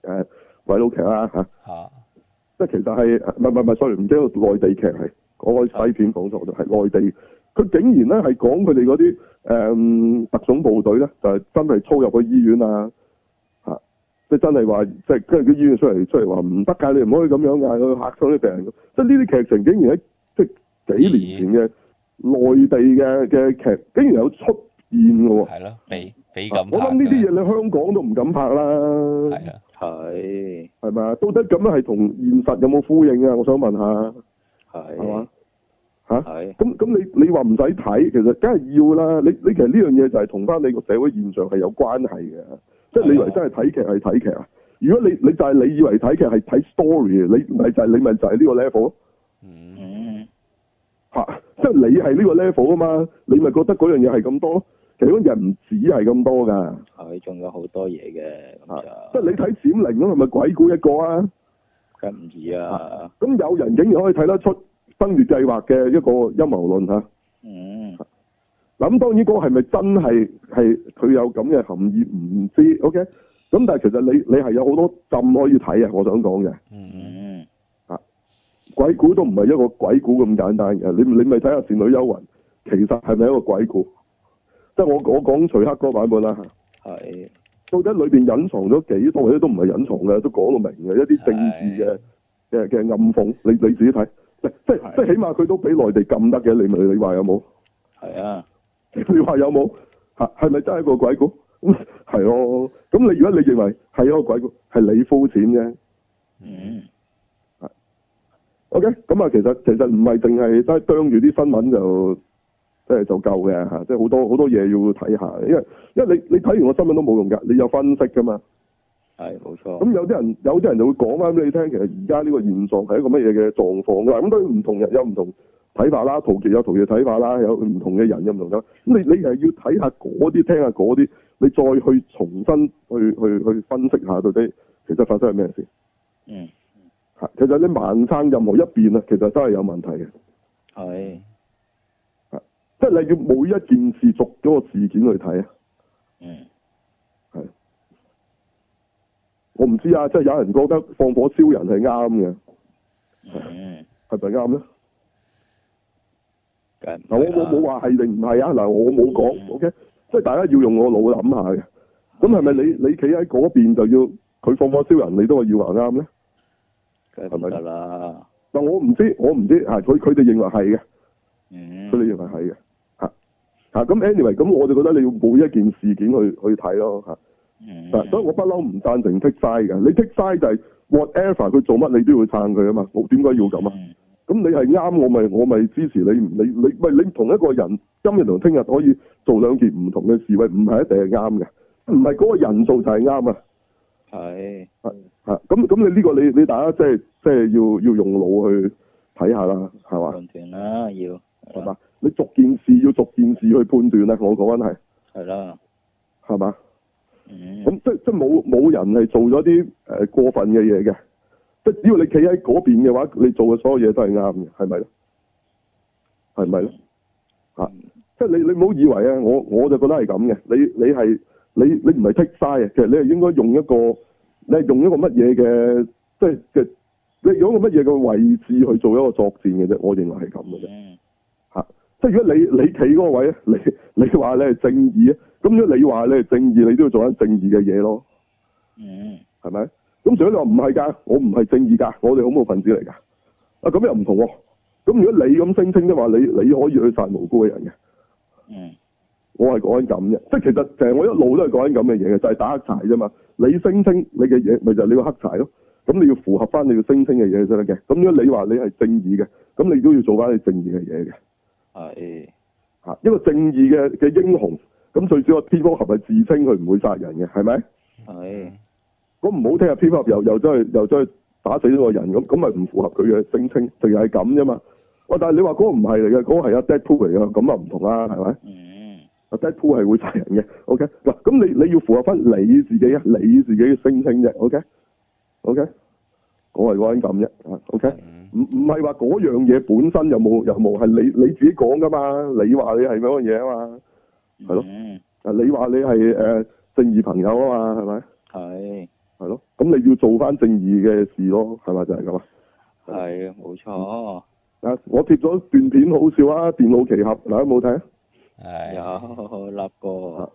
A: 誒鬼佬劇啦嚇，
C: 嚇
A: 即係其實係唔係唔係唔係，sorry，唔記得內地劇係講開西片講錯咗，係內地。佢竟然咧係講佢哋嗰啲誒特種部隊咧，就係、真係操入個醫院啊嚇，即係真係話即係跟住啲醫院出嚟出嚟話唔得㗎，你唔可以咁樣㗎，佢嚇親啲病人。即係呢啲劇情竟然喺即係幾年前嘅內地嘅嘅劇，竟然有出現㗎喎。
C: 係咯，俾俾
A: 啊
C: 咁
A: 我
C: 拍
A: 諗呢啲嘢
C: 㗎
A: 你香港都唔敢拍啦，
C: 係啦，
B: 係
A: 係咪啊？到底咁樣係同現實有冇呼應啊？我想問下。係嘛啊
B: 係？
A: 嚇、
B: 係
A: 咁咁你你話唔使睇，其實梗係要啦。你你其實呢樣嘢就係同翻你個社會現象係有關係嘅，即係你以為真係睇劇係睇劇啊？如果你你就係你以為睇劇係睇 story，你咪就係、你咪就係呢個 level 咯
C: 嗯
B: 嗯
A: 嚇、即係你係呢個 level 啊嘛，你咪覺得嗰樣嘢係咁多咯。其實嗰樣嘢唔止係咁多㗎，
B: 係仲有好多嘢嘅咁
A: 即
B: 就
A: 係你睇《閃靈》咁係咪鬼故一個啊？
B: 梗唔易啊，
A: 咁有人竟然可以睇得出《登月計劃》嘅一個陰謀論嚇。
B: 嗯
A: 嗱咁當然嗰個係咪真係係佢有咁嘅含義唔知，OK？咁但係其實你你係有好多浸可以睇啊！我想講嘅
C: 嗯
B: 嗯
A: 鬼故都唔係一個鬼故咁簡單嘅，你你咪睇下《倩女幽魂》，其實係咪一個鬼故？即係我我講徐克嗰個版本啦，
B: 係
A: 到底裏邊隱藏咗幾多？或者都唔係隱藏嘅，都講到明嘅一啲政治嘅嘅嘅暗諷，你你自己睇，即即
B: 係
A: 即起碼佢都俾內地禁得嘅，你咪你話有冇？
B: 係啊
A: 你話有冇？嚇係咪真係一個鬼故？咁係咯。咁你如果你認為係一個鬼故，係你膚淺啫。
B: 嗯
A: OK，咁啊，其實其實唔係淨係真係啄住啲新聞就即係就夠嘅嚇，即係好多好多嘢要睇下，因為因為你你睇完個新聞都冇用㗎，你有分析㗎嘛。
B: 係冇錯
A: 咁有啲人有啲人就會講翻俾你聽，其實而家呢個現狀係一個乜嘢嘅狀況㗎。咁當然唔同人有唔同睇法啦，陶傑有陶傑睇法啦，有唔同嘅人有唔同嘅。咁你你係要睇下嗰啲，聽下嗰啲，你再去
B: Ừ.
A: 重新去去去分析下到底其實發生係咩事。
B: 嗯
A: 嚇其實你盲撐任何一邊啊，其實都係有問題嘅。
B: 係，
A: 即係你要每一件事逐嗰個事件去睇啊。
B: 嗯，
A: 我唔知啊，即係有人覺得放火燒人係啱嘅，
B: Ừ. 嗯，
A: 係咪啱咧？
B: 梗係唔
A: 嗱，我我冇
B: 話，
A: 話係定唔係啊，嗱，我冇
B: 嗯
A: 講，OK，即係大家要用我腦諗下嘅。咁係咪
B: 嗯
A: 你你企喺嗰邊就要佢放火燒人，你都話要話啱咧？
B: 梗係咁㗎啦，
A: 嗱，我唔知，我唔知嚇，佢佢哋認為係嘅，
B: 嗯
A: 佢，哋認為係嘅嚇嚇。咁 anyway，咁我就覺得你要每一件事件去去睇咯嚇。
B: 嗯
A: 嗱，所以我不嬲唔贊成 take side 嘅。你 take side 就係 whatever 佢做乜你都要撐佢啊嘛，我點解要咁啊？
B: 嗯
A: 咁你係啱，我咪我咪支持你。唔你你喂你同一個人今日同聽日可以做兩件唔同嘅事，喂唔係一定係啱嘅，唔係嗰個人做就係啱啊。
B: 係，
A: 嚇咁咁你呢個你你大家即係即係要要用腦去睇下啦，係嘛
B: 判斷啦，要
A: 係嘛？你逐件事要逐件事去判斷咧，啊我講緊係
B: 係啦，
A: 係嘛？
B: 嗯，
A: 咁即即冇冇人係做咗啲誒過分嘅嘢嘅，即只要你企喺嗰邊嘅話，你做嘅所有嘢都係啱嘅，係咪咧？係咪咧？嚇、即係你你唔好以為啊，我我就覺得係咁嘅，你你係你你唔係剔晒嘅，其實你係應該用一個你係用一個乜嘢嘅，即係嘅你用一個乜嘢嘅位置去做一個作戰嘅啫，我認為係咁嘅啫。
B: 嗯，
A: 即係如果你你企嗰個位咧，你你話你係正義啊，咁如果你話你係正義，你都要做緊正義嘅嘢咯。
B: 嗯，
A: 係咪？咁除咗你話唔係㗎，我唔係正義㗎，我哋恐怖分子嚟㗎。啊，咁又唔同喎、咁如果你咁聲稱的話，你你可以去殺無辜嘅人嘅，
B: 嗯，
A: 我係講緊咁嘅。即係其實其實我一路都係講緊咁嘅嘢嘅，就係、打黑柴啫嘛。你聲稱你嘅嘢，咪就係你個黑柴咯。咁你要符合翻你要聲稱嘅嘢先得嘅。咁如果你話你係正義嘅，咁你都要做翻你正義嘅嘢嘅。
B: 係，
A: 嚇，一個正義嘅嘅英雄，咁最少個蝙蝠俠係自稱佢唔會殺人嘅，係咪？
B: 係，
A: 咁唔好聽啊！蝙蝠俠又又真係又真係打死咗個人咁，咁咪唔符合佢嘅聲稱，淨係咁啫嘛。喂，但係你話嗰個唔係嚟嘅，嗰、個係阿 Deadpool 嚟嘅，咁啊唔同啦，係咪？
B: 嗯，
A: 阿 Deadpool 係會殺人嘅，OK 嗱，咁你你要符合翻你自己啊，你自己嘅聲稱啫，OK，OK，、我係講緊咁啫啊，OK，
C: 嗯
A: 唔唔係話嗰樣嘢本身有冇有冇係你你自己講噶嘛？你話你係嗰樣嘢啊嘛，係咯
B: 嗯，
A: 啊你話你係誒、呃正義朋友啊嘛，係咪？
B: 係，
A: 係咯，咁你要做翻正義嘅事咯，係咪就係咁啊？
B: 係，冇錯，
A: 啊，我貼咗段片好笑啊，電腦奇俠，大家有冇睇啊？
C: 嗯係
B: 有立過，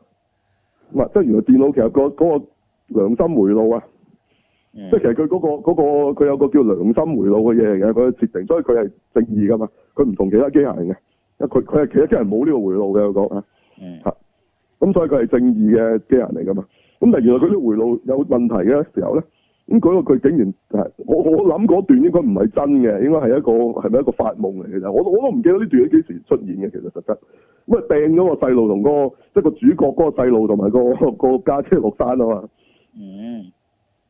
A: 唔係，即係原來電腦奇俠個嗰個良心回路啊，
B: 嗯
A: 即係其，實佢嗰、個嗰、個佢有個叫良心回路嘅嘢嚟嘅，佢嘅設定，所以佢係正義噶嘛，佢唔同其他機械人嘅，因為佢佢係其他機械人冇呢個回路嘅，我講啊，
B: 嗯，
A: 咁所以佢係正義嘅機械人嚟噶嘛，咁但係原來佢啲回路有問題嘅時候咧，咁嗰個佢竟然係我我諗嗰段應該唔係真嘅，應該係一個係咪一個發夢嚟嘅啫？我都我都唔記得呢段係幾時出現嘅，其實實質咁啊掟咗個細路同嗰個即係個主角嗰個細路同埋個個家姐落山啊嘛。
B: 嗯，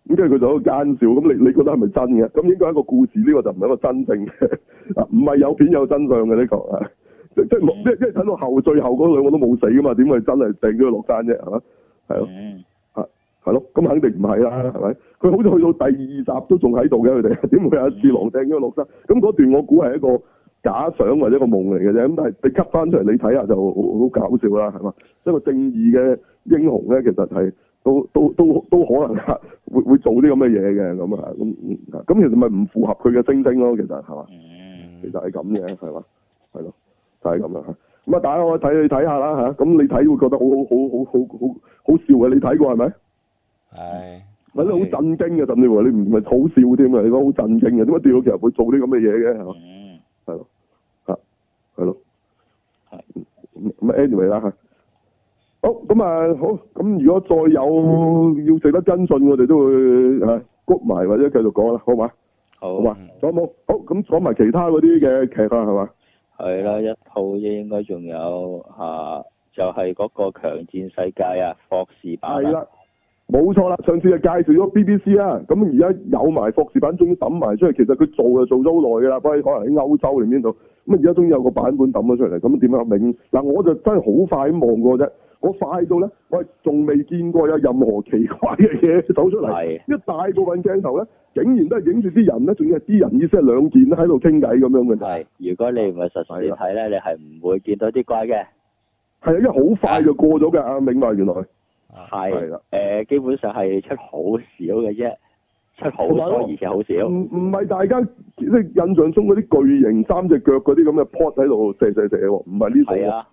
A: 咁跟住佢就喺度奸笑，咁你你覺得係咪真嘅？咁應該係一個故事，呢、個就唔係一個真正嘅，啊唔係有片有真相嘅呢、個啊，即即冇即即睇到後最後嗰兩個都冇死噶嘛，點會真係掟咗佢落山啫？係嘛？係咯
B: 嗯，
A: 係咯，咁肯定唔係啦，係咪？佢好似去到第二集都仲喺度嘅，佢哋 點會有一次狼掟咗佢落山？咁嗰段我估係一個假想或者一個夢嚟嘅啫，咁但係你 cut 翻出嚟你睇下就好好搞笑啦，係嘛？一個正義嘅英雄咧，其實係。都都都都可能啊 會會做啲咁嘅嘢嘅咁啊，咁嗯咁其實咪唔符合佢嘅星星咯，其實係嘛，
B: 嗯，
A: 其實係咁嘅，係嘛，係咯，就係咁啦嚇。咁啊，大家我睇你睇下啦嚇，咁你睇會覺得好好好好好好好笑嘅，你睇過係咪？嗯咪
C: 係
A: 你好震驚嘅，甚至乎你唔係好笑添啊！你講好震驚嘅，點解掉其實會做啲咁嘅嘢嘅係嘛？
B: 嗯，
A: 係咯，嚇，係咯，
B: 係
A: 咁咁 anyway 啦嚇。好咁啊，好咁，如果再有要值得跟進，我哋都會啊谷埋或者繼續講啦，好嘛？好
B: 好，
A: 嘛？仲有冇？好咁講埋其他嗰啲嘅劇啊，係嘛？
B: 係啦，一套啫，應該仲有嚇，就係嗰個強戰世界啊，霍士版啊
A: 係，啦，冇錯啦。上次就介紹咗 BBC 啦，啊咁而家有埋霍士版，終於抌埋出嚟。其實佢做就做咗好耐㗎啦，不過可能喺歐洲定啊邊度。咁而家終於有個版本抌咗出嚟，咁點啊？明嗱，我就真係好快咁望過啫。我快到咧，我係仲未見過有任何奇怪嘅嘢走出嚟。
B: 係
A: 一大部分鏡頭咧，竟然都係影住啲人咧，仲要係啲人意思係兩件喺度傾偈咁樣嘅啫。
B: 係，如果你唔係實時睇咧，你
A: 啊
B: 係唔會見到啲怪嘅。
A: 係啊，因為好快就過咗嘅，阿明話原來。
C: 哦
A: 係
B: 係
A: 啦，
B: 誒，基本上係出好少嘅啫，出好多，而且好少。
A: 唔唔係大家即係印象中嗰啲巨型三隻腳嗰啲咁嘅 pot 喺度射射射喎，唔係呢種
B: 係
A: 喎。
B: 啊，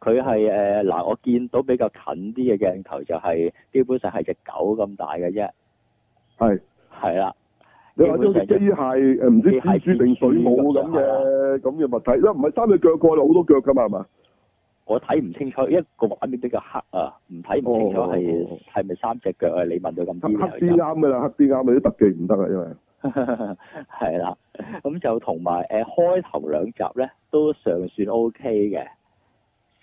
B: 佢係誒嗱，我見到比較近啲嘅鏡頭就係、基本上係只狗咁大嘅啫，
A: 係
B: 係啦，
A: 你話好似機械誒唔知蜘蛛定水母咁嘅咁嘅物體，啦唔係三隻腳過嚟好多腳㗎嘛係嘛？
B: 我睇唔清楚，因為個畫面比較黑啊，唔睇唔清楚
A: 哦
B: 係係咪三隻腳啊？你問到咁
A: 黑黑啲
B: 啲
A: 啱㗎啦，黑啲啱㗎，啲特技唔得啊，因為
B: 係啦，咁就同埋誒開頭兩集咧都尚算 O K 嘅，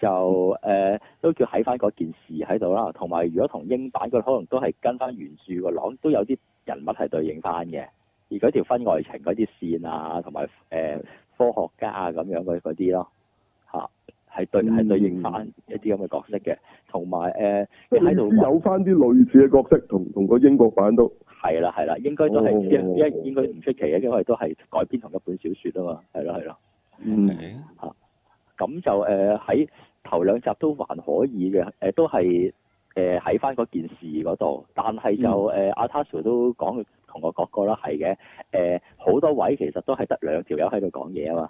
B: 就誒、呃都叫喺翻嗰件事喺度啦，同埋如果同英版佢可能都係跟翻原著個朗，都有啲人物係對應翻嘅，而嗰條婚外情嗰啲線啊，同埋誒科學家啊咁樣嗰嗰啲咯，嚇、係對係對應翻一啲咁嘅角色嘅，同埋誒
A: 即
B: 你喺
A: 係
B: 度
A: 你知有翻啲類似嘅角色，同同個英國版都
B: 係啦係啦，應該都係
A: 哦
B: 因因應該唔出奇嘅，因為都係改編同一本小説啊嘛，係咯係咯。
A: 嗯
B: 咁就誒喺、頭兩集都還可以嘅，誒、呃都係誒喺翻嗰件事嗰度，但係就誒、
A: 嗯
B: 阿 Tasu 都講同我講過啦，係嘅，誒、呃好多位其實都係得兩條友喺度講嘢啊嘛，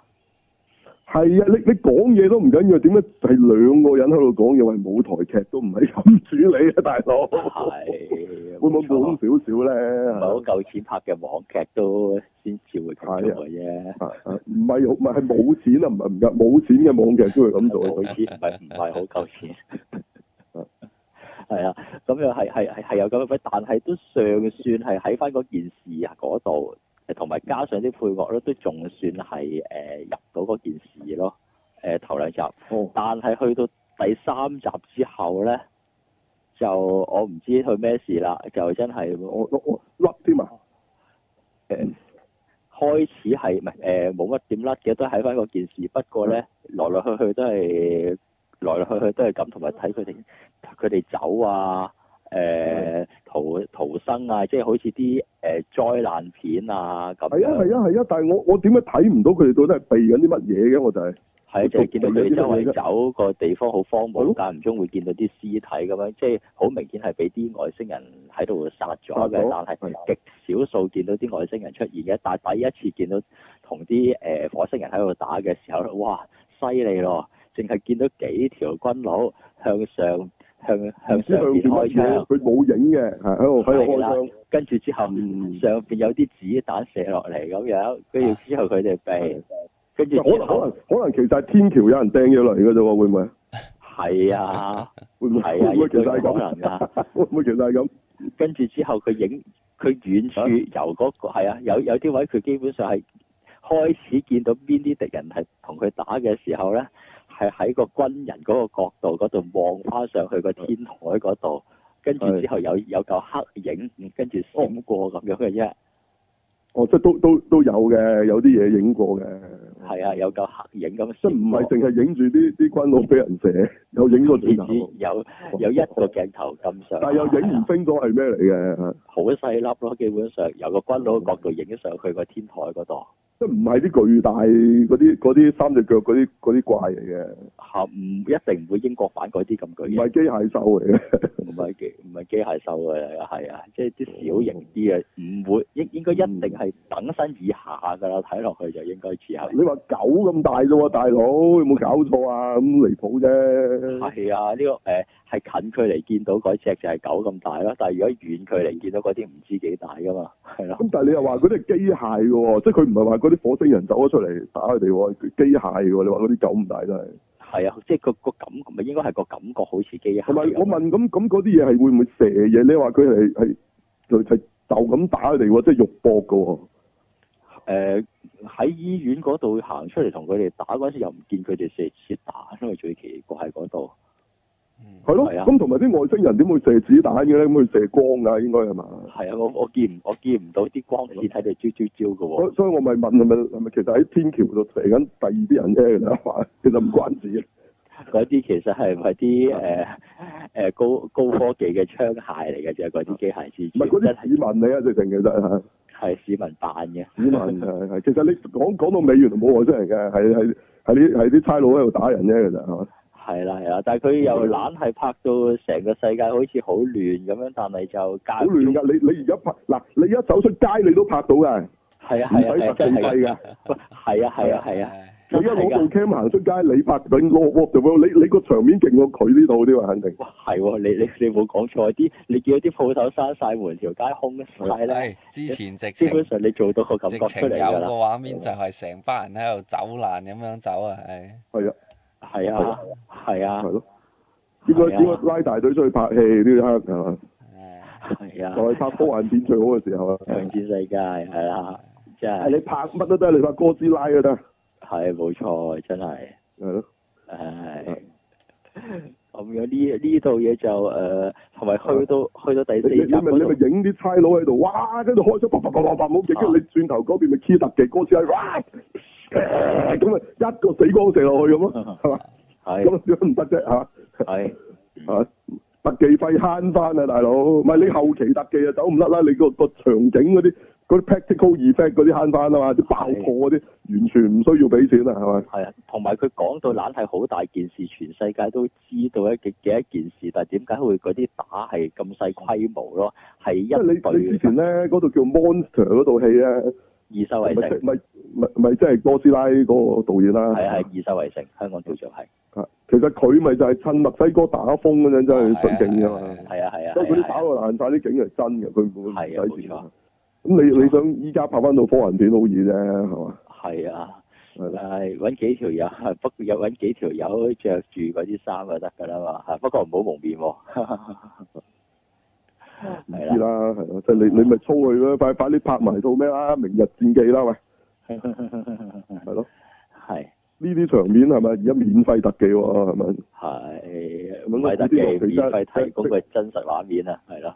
A: 係啊，你你講嘢都唔緊要，點解係兩個人喺度講嘢？喂，舞台劇都唔係咁處理啊，大 佬。
B: 係
A: 會唔啊會
B: 冇
A: 滿
B: 錯
A: 少少咧？
B: 唔係好夠錢拍嘅網劇都先至會咁做嘅啫。
A: 啊啊唔係好唔係係冇錢啊，唔係唔係冇錢嘅網劇先會咁做
B: 唔好意思，唔係唔係好夠錢。係啊，咁又係係係係有咁嘅分，但係都尚算係喺翻嗰件事啊嗰度，同埋加上啲配樂咧，都仲算係誒、呃入到嗰件事咯。誒、頭兩集，
A: 哦，
B: 但係去到第三集之後咧，就我唔知佢咩事啦，就真係
A: 我我我甩添啊！
B: 誒開始係唔係誒冇乜點甩嘅，都喺翻嗰件事。不過咧，來來去去都係來來去去都係咁，同埋睇佢哋佢哋走啊，誒、逃逃生啊，即係好似啲誒災難片啊咁
A: 係啊
B: 樣。
A: 係啊係啊！但係我我點解睇唔到佢哋到底係避緊啲乜嘢嘅？我就係
B: 係啊，就係見到佢哋周
A: 係啊
B: 圍走個地方好荒
A: 係咯
B: 蕪，間唔中會見到啲屍體咁樣，即係好明顯係俾啲外星人喺度殺咗
A: 殺咗
B: 嘅，但係極少數見到啲外星人出現嘅。但係第一次見到同啲誒火星人喺度打嘅時候咧，哇，犀利咯！淨係見到幾條軍佬向上向
A: 唔
B: 向
A: 知
B: 上
A: 向
B: 邊
A: 住乜
B: 開
A: 嘢，
B: 槍，
A: 佢冇影嘅，係喺度喺度哦開槍。
B: 跟住之後
A: 嗯
B: 上邊有啲子彈射落嚟咁樣，跟住之後佢哋避
A: 係，
B: 跟住
A: 可
B: 之
A: 能可能
B: 後
A: 可能其實係天橋有人掟嘢落嚟嘅啫喎，會唔會？
B: 係啊。
A: 會唔會？
B: 係啊
A: 會唔會其實係
B: 亦都有可能
A: 咁
B: 㗎？
A: 會唔會其實係咁？
B: 跟住之後佢影佢遠處由嗰、個係啊，有有啲位佢基本上係開始見到邊啲敵人係同佢打嘅時候咧，係喺個軍人嗰個角度嗰度望翻上去個天台嗰度，跟住之後有有嚿黑影，跟住閃過咁樣嘅啫，
A: 哦，即係都都都有嘅，有啲嘢影過嘅，
B: 係啊，有嚿黑影咁
A: 即係唔係
B: 閃過。
A: 淨係影住啲啲軍佬俾人射，有影過轉
B: 至
A: 頭，
B: 有有一個鏡頭咁上，
A: 啊
B: 啊
A: 但係又影唔清楚係咩嚟嘅，
B: 好細粒咯，基本上由個軍佬嘅角度影上去個天台嗰度。
A: 即係唔係啲巨大嗰啲嗰啲三隻腳嗰啲嗰啲怪嚟嘅，
B: 嚇唔一定唔會英國版嗰啲咁
A: 唔
B: 巨型，
A: 係機械獸嚟嘅，
B: 唔係機唔係機械獸嘅，係啊，即係啲小型啲
A: 嗯
B: 嘅，唔會應應該一定係等身以下㗎啦，睇落去就應該似係。
A: 你話狗咁大啫喎，大佬有冇搞錯啊？咁離譜啫，
B: 係啊，呢、個誒係、近距離見到嗰只就係狗咁大啦，但係如果遠距離見到嗰啲唔知幾大㗎嘛，係咯、
A: 咁但係你又話嗰啲係機械嘅喎，即係佢唔係話嗰啲火星人走咗出嚟打佢哋喎，佢機械嘅喎，你話嗰啲狗咁大真係。
B: 係啊，即係個個感咪應該係個感覺好似機械
A: 同埋我
B: 咁。
A: 問咁咁嗰啲嘢係會唔會射嘢？你話佢係係就係就咁打佢哋喎，即係肉搏嘅喎。
B: 誒呃喺醫院嗰度行出嚟同佢哋打嗰陣時，又唔見佢哋射射彈，因為最奇怪係嗰度。
A: 係咯，
B: 係啊
A: 咁同埋啲外星人點會射子彈嘅咧？咁佢射光㗎，應該係嘛？
B: 係啊，我我見唔我見唔到啲光線喺度招招招
A: 所
B: 嘅
A: 以所以我 咪問係咪係咪其實喺天橋度射緊第二啲人啫？其實其實唔關事嘅，
B: 嗰啲其實係咪啲誒誒高高科技嘅槍械嚟嘅啫？嗰啲機械蜘
A: 唔
B: 蛛
A: 係嗰
B: 真
A: 啲市
B: 係
A: 民嚟啊，直情其實係
B: 係市民扮嘅。
A: 市民 係係，其實你講講到美元冇外星人嘅，係係係啲係啲差佬喺度打人啫，其實係嘛？
B: 係啦係啦，但係佢
A: 嗯
B: 又懶係拍到成個世界好似好亂咁樣，但係就間
A: 好亂㗎！你你而家拍嗱，你而家走出街你都拍到㗎，
B: 係啊
A: 唔使
B: 係啊
A: 罰
B: 係真
A: 咁
B: 係
A: 貴㗎。
B: 喂係啊係啊係啊，
C: 唉
A: 你
B: 真
A: 而家
B: 係
A: 攞
B: 㗎
A: 部 cam 行出街，你拍緊 Law of the World，你你個場面勁過佢呢度啲話肯定。
B: 哇係喎，你你你冇講錯啲，你見到啲鋪頭閂晒門，條街空晒咧，
C: 唉哎之前直
B: 基
C: 情
B: 本上你做到個感
C: 直
B: 覺出
C: 情
B: 嚟
C: 有
B: 㗎
C: 個
B: 啦。
C: 畫面就係成班人喺度走爛咁樣走啊，唉，
A: 係啊，
B: 係啊係啊
A: 係咯。應該
B: 係啊
A: 應該拉大隊出去拍戲呢啲黑係嘛？
C: 唉
B: 係
A: 就
B: 啊，
A: 係拍科幻片最好嘅時候啊！
B: 強戰世界係
C: 啊
B: 啦，即
A: 係你
B: 係
A: 拍乜都得，你拍哥斯拉都得，
B: 係冇錯，真係。
A: 係咯。
B: 唉，咁樣呢呢套嘢就誒，同、埋去到去到第
A: 你
B: 四
A: 你
B: 集
A: 你咪
B: 嗰
A: 你咪
B: 度，
A: 影啲差佬喺度，哇！跟住開咗啪啪啪啪啪冇勁，跟住你轉頭嗰邊咪 key 特技哥斯拉，哇！咁啊一個死光射落去咁 咯，係嘛？
B: 係
A: 咁點啊解唔得啫？係嘛？
B: 係
A: 啊！特技費慳翻啊，大佬！唔係你後期特技啊，走唔甩啦！你個個場景嗰啲嗰啲 practical effect 嗰啲慳翻啊嘛，啲爆破嗰啲完全唔需要俾錢啊，係咪？
B: 係啊，同埋佢講到懶係好大件事，全世界都知道一嘅嘅一件事，但係點解會嗰啲打係咁細規模咯？係
A: 即係
B: 一啊
A: 你你之前
B: 隊
A: 咧嗰套叫 Monster 嗰套戲咧，
B: 以收為
A: 咪
B: 城，
A: 咪咪咪即係哥斯拉嗰個導演啦。
B: 係係以收為城，香港叫做係，哦啊
A: 啊其實佢咪就係趁墨西哥打風嗰陣真係出境㗎嘛，
B: 係啊係啊
A: 所以佢啲打
B: 係啊，
A: 到爛晒啲景係真嘅，佢唔會唔
B: 係啊
A: 使錢
B: 冇錯
A: 啊。咁你你想依家拍翻到科幻片好易啫，係嘛？
B: 係啊，
A: 係啦
B: 係揾幾條友， 不過有揾幾條友着住嗰啲衫就得㗎啦嘛， 嚇不過唔好蒙面喎，
A: 哦唔
B: 係
A: 知啦，係咯，即係你你咪操佢咯，快快啲拍埋套咩啦，《明日戰記》 啦，喂，
B: 啦。
A: 係咯，
B: 係
A: 呢啲場面係咪而家免費特技喎，係咪？
B: 係
A: 咁
B: 唔係特技
A: 呢啲其
B: 免
A: 實
B: 費提供嘅真實畫面啊，係咯，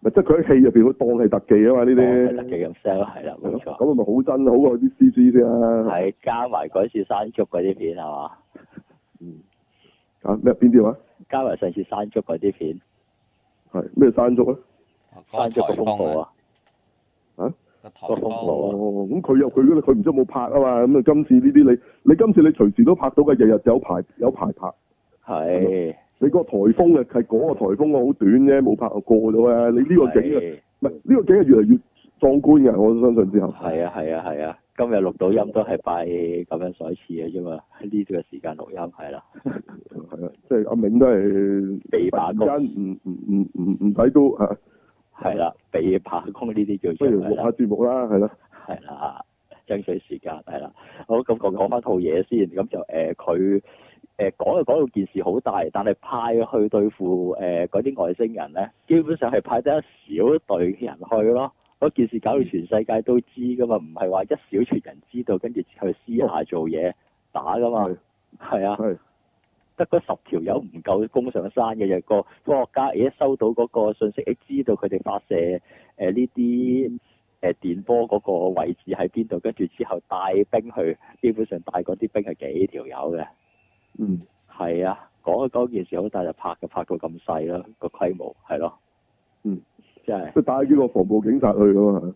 A: 咪即係佢喺戲入邊會當係特技啊嘛，呢
B: 係特技
A: 啲
B: 咁 sell 係啦，
A: 係
B: 冇
A: 咯
B: 錯，
A: 咁咪好真好過啲 C G 先啊啦，
B: 係啊加埋嗰次山竹嗰啲片係嘛，
A: 啊咩邊啲話
B: 加埋上次山竹嗰啲片，
A: 係咩山竹啊？
C: 嗰個
B: 山竹個
C: 颱
B: 風
C: 風
B: 暴
C: 啊，
B: 啊，
C: 個颱
B: 個風
C: 風
B: 暴啊
A: 哦，咁佢有佢嗰啲佢唔知有冇拍啊嘛，咁啊今次呢啲你你今次你隨時都拍到嘅，日日有排有排拍。
B: 係
A: 你嗰個颱風啊，係嗰個颱風我好短啫，冇拍過到啊！你呢個景啊，
B: 係
A: 唔係呢個景係越嚟越壯觀嘅，我相信之後。
B: 係啊係啊係啊，今日錄到音都係拜咁樣所賜嘅啫嘛，呢段時間錄音係啦，
A: 係啊，即係阿銘都係
B: 被罷工
A: 突然間唔唔唔唔唔使都嚇，
B: 係啦，被罷工呢啲叫
A: 不
B: 做
A: 如
B: 係
A: 錄
B: 啦
A: 下。節目啦，係啦。
B: 係啦，爭取時間係啦。好，咁講講翻套嘢先，咁就誒佢誒講就講到件事好大，但係派去對付誒嗰啲外星人咧，基本上係派得一小隊嘅人去咯。嗰件事搞到全世界都知噶嘛，唔係話一小撮人知道，跟住去私下做嘢打噶嘛
A: 係。
B: 哦係啊，
A: 係
B: 得嗰十條友唔夠攻上山嘅，就個科學家咦收到嗰個信息，誒知道佢哋發射誒呢啲誒電波嗰個位置喺邊度，跟住之後帶兵去，基本上帶嗰啲兵係幾條友嘅，
A: 嗯
B: 係啊，講講件事好大就拍就拍到咁細啦，個規模係咯，
A: 嗯，
B: 即係
A: 即係帶幾個防暴警察去㗎嘛。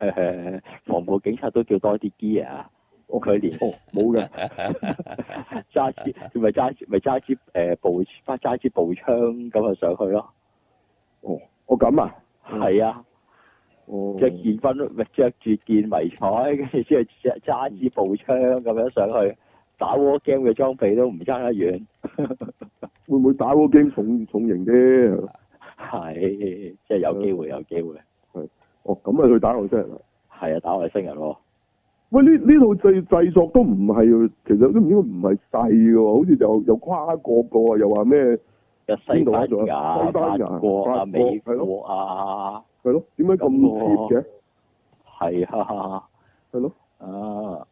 B: 誒防暴警察都叫多啲 gear 啊，
A: 哦
B: 佢 連
A: 哦冇嘅，
B: 揸支咪揸支咪揸支誒步揸支步槍咁啊上去咯，
A: 哦我咁啊，
B: 係啊。
A: 哦
B: 着件軍，咪着住件迷彩，跟住之後揸揸
A: 嗯
B: 支步槍咁樣上去打 war game 嘅裝備都唔爭得遠，
A: 會唔會打嗰 game 重重型啲？
B: 係即係有機
A: 嗯
B: 會有機會，
A: 哦咁啊，去打外星人啦。
B: 係啊打外星人喎，
A: 喂，呢呢套製製作都唔係，其實都唔應該唔係細嘅喎，好似又又跨國嘅喎，又話咩
B: 有西班
A: 邊度啊仲有
B: 牙、
A: 西班
B: 法
A: 牙
B: 國
A: 法國
B: 啊、美
A: 係咯
B: 國啊，
A: 係咯？點解咁
B: 咁喎啊
A: cheap 嘅？
B: 係啊
A: 係咯，
B: 啊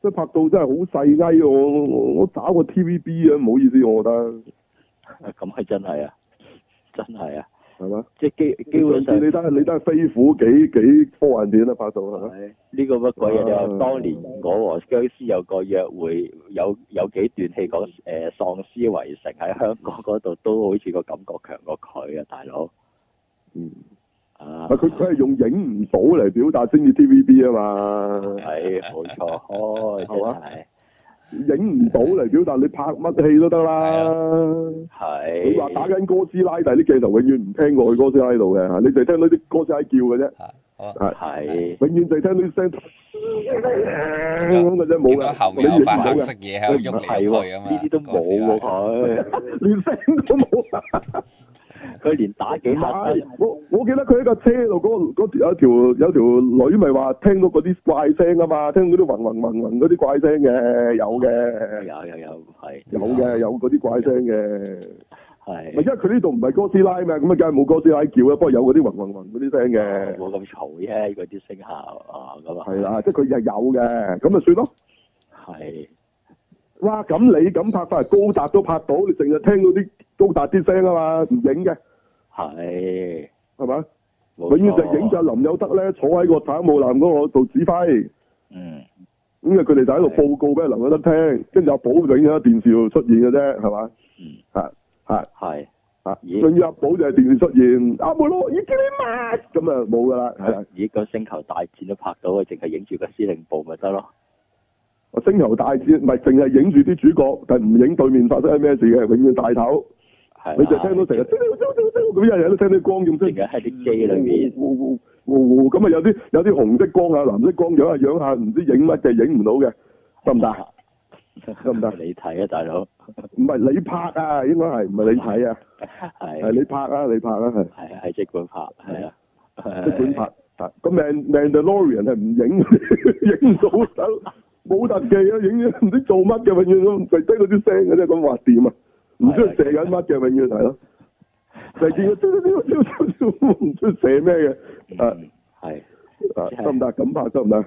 A: 即係拍到真係好細翳，我我我打過 TVB 啊，唔好意思，我覺得
B: 咁係真係啊，真係啊，
A: 係嘛？
B: 即係基基本上
A: 你睇下你睇下飛虎幾幾科幻片啊，拍到係咪？
B: 呢個乜鬼嘢？你
A: 啊
B: 話當年我和僵屍有個約會，有有幾段戲講誒喪屍圍城喺香港嗰度，都好似個感覺強過佢啊，大佬
A: 嗯，
B: 啊
A: 啊！佢佢係用影唔到嚟表達先至 TVB 啊嘛，
B: 係冇錯，
A: 係嘛
B: 開
A: 影唔到嚟表達，你拍乜戲都得
C: 係
A: 啦。
B: 啊真係
A: 你話打
B: 係
A: 緊哥斯拉，但係啲鏡頭永遠唔聽過去哥斯拉度嘅嚇，你就聽到啲哥斯拉叫嘅啫，
C: 嚇，好啊，
A: 係
B: 係
A: 永遠就係聽到啲聲咁嘅啫，冇㗎
B: 啊
C: 應該後
A: 你
C: 面
A: 影
C: 嗯
A: 唔
C: 有塊
A: 到
C: 黑色
A: 嘅，
C: 嘢喺度
B: 唔係
C: 喐嚟喐去
B: 喎，
C: 啊嘛，
B: 呢啲都冇喎佢，
A: 連聲都冇。
B: 佢連打幾下
A: 係
B: 針
A: 我我記得佢喺架車度嗰個嗰條有條有條女咪話聽到嗰啲怪聲啊嘛，聽到啲嗡嗡嗡嗡嗰啲怪聲嘅，有嘅，
B: 有有有係
A: 有
C: 嗯
A: 嘅，有嗰啲怪聲嘅。咪因
B: 係
A: 為佢呢度唔係哥斯拉嘛，咁啊梗係冇哥斯拉叫啦，不過有嗰啲嗡嗡嗡嗰啲聲嘅。
B: 冇咁嘈啫，嗰啲聲效啊咁啊
A: 係啦，即係佢係有嘅，咁咪啊算咯。
B: 係
A: 哇，咁你咁拍法，高達都拍到，你淨係聽到啲高達啲聲啊嘛，唔影嘅，
B: 係
A: 係咪？永
B: 永
A: 遠就影就林有德咧，坐喺個坦姆艦嗰個度指揮，咁
B: 嗯
A: 啊佢哋就喺度報告俾林有德聽，跟住阿寶永遠喺電視度出現嘅啫，係嘛？
B: 嗯
A: 嚇嚇
B: 係
A: 嚇，
B: 咦
A: 仲要阿寶就係電視出現，阿冇咯，已經乜咁啊冇㗎啦，係啊
B: 咦個星球大戰都拍到啊，淨係影住個司令部咪得咯，
A: 星球大戰唔係淨係影住啲主角，但唔影對面發生緊咩事嘅，永遠大頭，
B: 係啊
A: 你就聽到成日啾啾啾啾咁，日日都聽到光咁聲
B: 淨。係喺啲機裏面，
A: 喎喎喎咁啊有啲有啲紅色光啊、藍色光，樣下樣下，唔知影乜嘅，影唔到嘅，得唔
B: 啊
A: 得？得唔得
B: 你睇啊，大佬
A: 唔係你拍啊，應該係唔係你睇啊？係
B: 係
A: 你拍啊，你拍啊，係
B: 係係即管拍係啊，
A: 即管拍。啊咁 Man Mandalorian 係唔影，影 唔到手，冇特技啊，影咗唔知做乜嘅，永遠都唔就得嗰啲聲嘅啫，咁話掂啊？唔知佢射緊乜嘅，永遠係咯，就係見佢啾啾啾啾啾唔知射咩嘅，啊
B: 嗯係。
A: 啊得唔得？咁拍得唔得？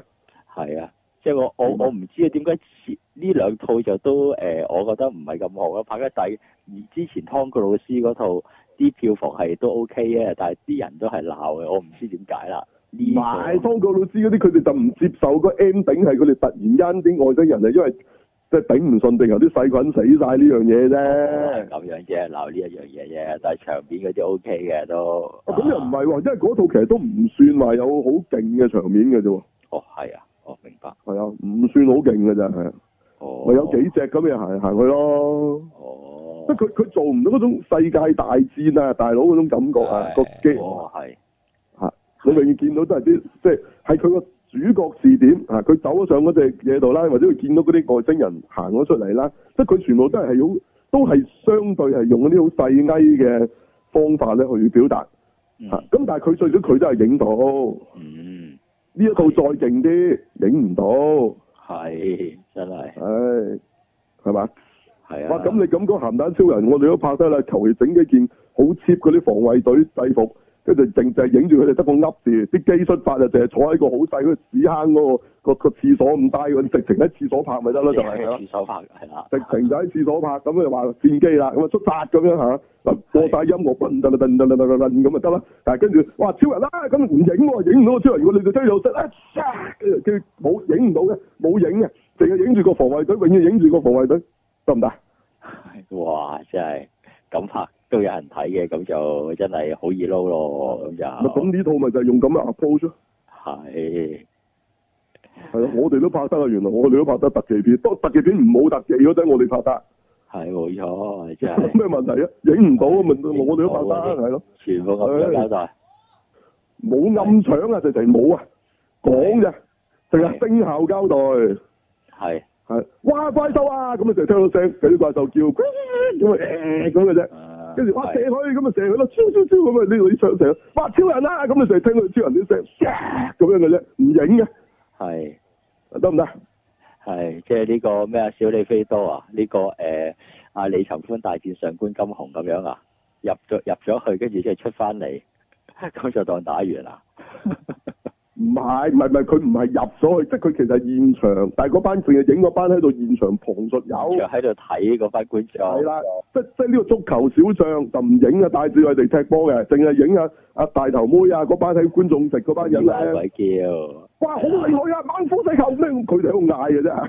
B: 係啊，即係我我我唔知啊，點解前呢兩套就都誒、呃我覺得唔係咁好咯。拍得第而之前湯告老師嗰套啲票房係都 OK 嘅，但係啲人都係鬧嘅，我唔知點解啦。呢
A: 唔
B: 個
A: 係，湯告老師嗰啲，佢哋就唔接受個 ending 係佢哋突然間啲外星人係因為即係頂唔順，定有啲細菌死晒呢樣嘢
B: 係
A: 啫。
B: 咁樣啫，鬧呢一樣嘢啫，但係場面嗰啲 OK 嘅都。
A: 啊咁又唔係喎，因為嗰套其實都唔算話有好勁嘅場面嘅啫喎，
B: 哦，係啊，我明白。
A: 係啊，唔算好勁嘅咋，係啊，
B: 哦，
A: 咪有幾隻咁嘅行行去咯。
B: 哦
A: 即係，佢佢做唔到嗰種世界大戰啊，大佬嗰種感覺啊，
C: 係
A: 個機
B: 哦係，
A: 嚇，你永遠見到都係啲即係係佢個主角視點嚇，佢走咗上嗰隻嘢度啦，或者佢見到嗰啲外星人行咗出嚟啦，即係佢全部都係用都係相對係用嗰啲好細埃嘅方法咧去表達
B: 嗯
A: 嚇，咁、但係佢最少佢都係影到
B: 嗯，
A: 呢一套再勁啲，影唔到，
B: 係真係
A: 唉，係嘛？
B: 係啊。
A: 哇！咁你咁講鹹蛋超人，我哋都拍得啦，求其整幾件好 cheap 嗰啲防衛隊制服，跟住淨淨係影住佢哋得個噏字，啲機出發就淨係坐喺個好細嗰個屎坑嗰、個個個廁所咁低嗰啲，直情喺廁所拍咪得咯，就 係係咯
B: 手拍係啦。
A: 直情就喺廁所拍，咁就話戰機啦，咁啊出發咁樣嚇，嗱播晒音樂，噔噔噔噔噔噔噔咁咪啊得啦。但係跟住哇超人啦，咁唔影喎，影唔到個超人，如果你哋真係有識啊，跟住跟住冇影唔到嘅，冇影嘅，淨係影住個防衛隊，永遠影住個防衛隊，得
B: 啊
A: 唔得？
B: 哇！真係咁拍都有人睇嘅，咁就真係好易撈咯，咁就
A: 咪咁呢套咪就係用咁嘅 approach 咯，
B: 係
A: 係咯，我哋都拍得啊，原來我哋都拍得特技片，不過特技片唔冇特技嗰陣我哋拍得，
B: 係冇錯，真
A: 有
B: 係
A: 咩問題啊？影唔到啊，咪我哋都拍得係咯，
B: 全部咁樣交代，
A: 冇暗搶啊，直情冇啊，講啫，淨係聲效交代，
B: 係
A: 係哇怪獸啊，咁啊就聽到聲，嗰啲怪獸叫咁啊誒咁嘅啫。
B: 啊
A: 跟住哇射
B: 係
A: 佢，咁啊射佢咯，超超超咁啊呢度啲槍射，哇超人啦、啊，咁你成日聽到超人啲聲咁樣嘅啫，唔影嘅，
B: 係
A: 得唔得？
B: 係即係呢個咩啊？小李飛刀啊？呢個誒阿李尋歡大戰上官金鴻咁樣啊？ 入咗入咗去，跟住即係出翻嚟，咁就當打完啦。
A: 唔係唔係唔係，佢唔係入咗去，即係佢其實係現場，但係嗰班淨係影嗰班喺度現場旁述有
B: 就。喺度睇嗰班觀眾。
A: 係啦，即即呢個足球小將就唔影啊，帶住佢哋踢波嘅，淨係影啊啊大頭妹啊嗰班喺觀眾席嗰班人
B: 大
A: 咧，
B: 鬼叫，
A: 哇好厲害啊，猛虎世球咩？咁佢哋喺度嗌嘅啫，